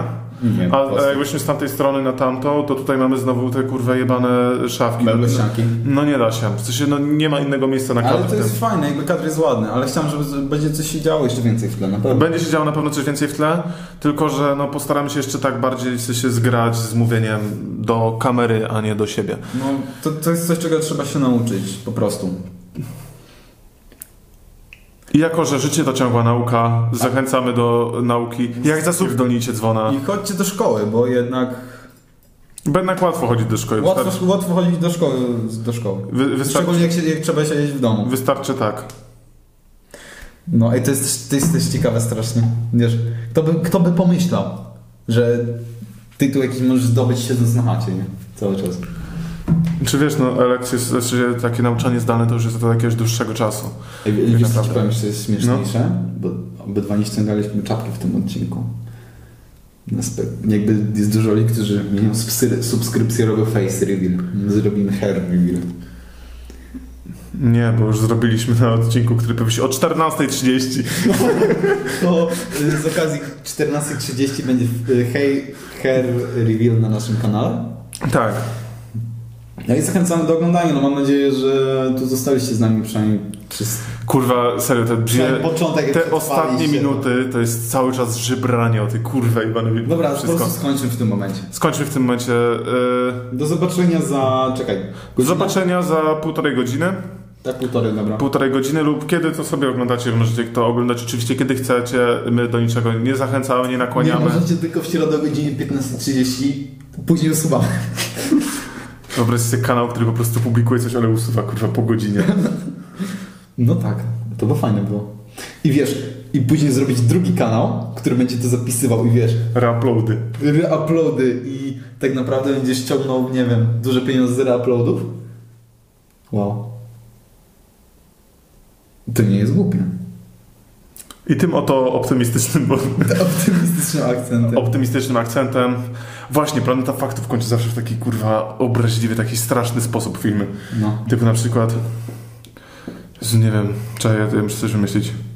Speaker 5: Nie, po
Speaker 1: A, a
Speaker 5: prostu.
Speaker 1: jakbyśmy z tamtej strony na tamtą, to tutaj mamy znowu te kurwe jebane szafki.
Speaker 5: Meble ścianki.
Speaker 1: No nie da się. W sensie, no nie ma innego miejsca na
Speaker 5: Ale
Speaker 1: kadr w
Speaker 5: to
Speaker 1: tym.
Speaker 5: jest fajne, jakby kadr jest ładny, ale chciałem, żeby z- będzie coś się działo jeszcze więcej w tle, na pewno.
Speaker 1: Będzie się działo na pewno coś więcej w tle, tylko że no, postaramy się jeszcze tak bardziej w sensie zgrać z mówieniem do kamery, a nie do siebie.
Speaker 5: No, to, to jest coś, czego trzeba się nauczyć, po prostu.
Speaker 1: I jako, że życie to ciągła nauka, zachęcamy do nauki. Jak zasób w dolnicie dzwona.
Speaker 5: I chodźcie do szkoły, bo jednak
Speaker 1: Jednak łatwo chodzi do szkoły. Wystarczy,
Speaker 5: łatwo, łatwo chodzić do szkoły, do szkoły.
Speaker 1: wy, wystarczy,
Speaker 5: Szczególnie jak, się, jak trzeba siedzieć w domu.
Speaker 1: wystarczy tak.
Speaker 5: No i to jest, to jest też ciekawe strasznie. Wiesz, kto by, kto by pomyślał, że tytuł jakiś możesz zdobyć siedząc na chacie, nie? Cały czas.
Speaker 1: Czy wiesz, no lekcje, znaczy, takie nauczanie zdalne to już jest od jakiegoś dłuższego czasu.
Speaker 5: Ej,
Speaker 1: Tak
Speaker 5: Wiesz, co ci
Speaker 1: naprawdę. No.
Speaker 5: powiem, jeszcze jest śmieszniejsze? Bo obydwa nie ściągaliśmy czapki w tym odcinku. Na spe- Jakby jest dużo ludzi, którzy mienią subsy- subskrypcję, robią face reveal. My zrobimy hair reveal.
Speaker 1: Nie, bo już zrobiliśmy na odcinku, który pojawi się o 14.30.
Speaker 5: To y, z okazji 14.30 będzie y, hej, hair reveal na naszym kanale.
Speaker 1: Tak.
Speaker 5: No i zachęcamy do oglądania. No mam nadzieję, że tu zostaliście z nami przynajmniej przez
Speaker 1: Kurwa, serio, te brzmi...
Speaker 5: przynajmniej początek. jak
Speaker 1: Te
Speaker 5: przetrwaliście.
Speaker 1: ostatnie minuty to jest cały czas żebranie o tej kurwa i panowie.
Speaker 5: Dobra, po
Speaker 1: wszystko.
Speaker 5: prostu skończymy w tym momencie.
Speaker 1: Skończmy w tym momencie. Yy,
Speaker 5: Do zobaczenia za... czekaj.
Speaker 1: do
Speaker 5: godzinę?
Speaker 1: zobaczenia za półtorej godziny.
Speaker 5: Tak, półtorej, dobra.
Speaker 1: Półtorej godziny lub kiedy to sobie oglądacie, możecie to oglądać oczywiście kiedy chcecie. My do niczego nie zachęcamy, nie
Speaker 5: Nie no,
Speaker 1: nakłaniamy.
Speaker 5: możecie tylko w środę o godzinie 15.30, później usuwamy.
Speaker 1: Wyobraź sobie kanał, który po prostu publikuje coś, ale usuwa kurwa po godzinie.
Speaker 5: No tak, to by fajne było. I wiesz, i później zrobić drugi kanał, który będzie to zapisywał i wiesz,
Speaker 1: Reuploady.
Speaker 5: reuploady i tak naprawdę będziesz ściągnął, nie wiem, duże pieniądze z reuploadów. Wow. To nie jest głupie.
Speaker 1: I tym oto optymistycznym, bo,
Speaker 5: Te optymistyczne akcenty.
Speaker 1: optymistycznym akcentem. Właśnie, Planeta Faktów kończy zawsze w taki kurwa obraźliwy, taki straszny sposób filmy.
Speaker 5: No.
Speaker 1: Typu na przykład. Jezu, nie wiem, trzeba ja, ja muszę coś wymyślić.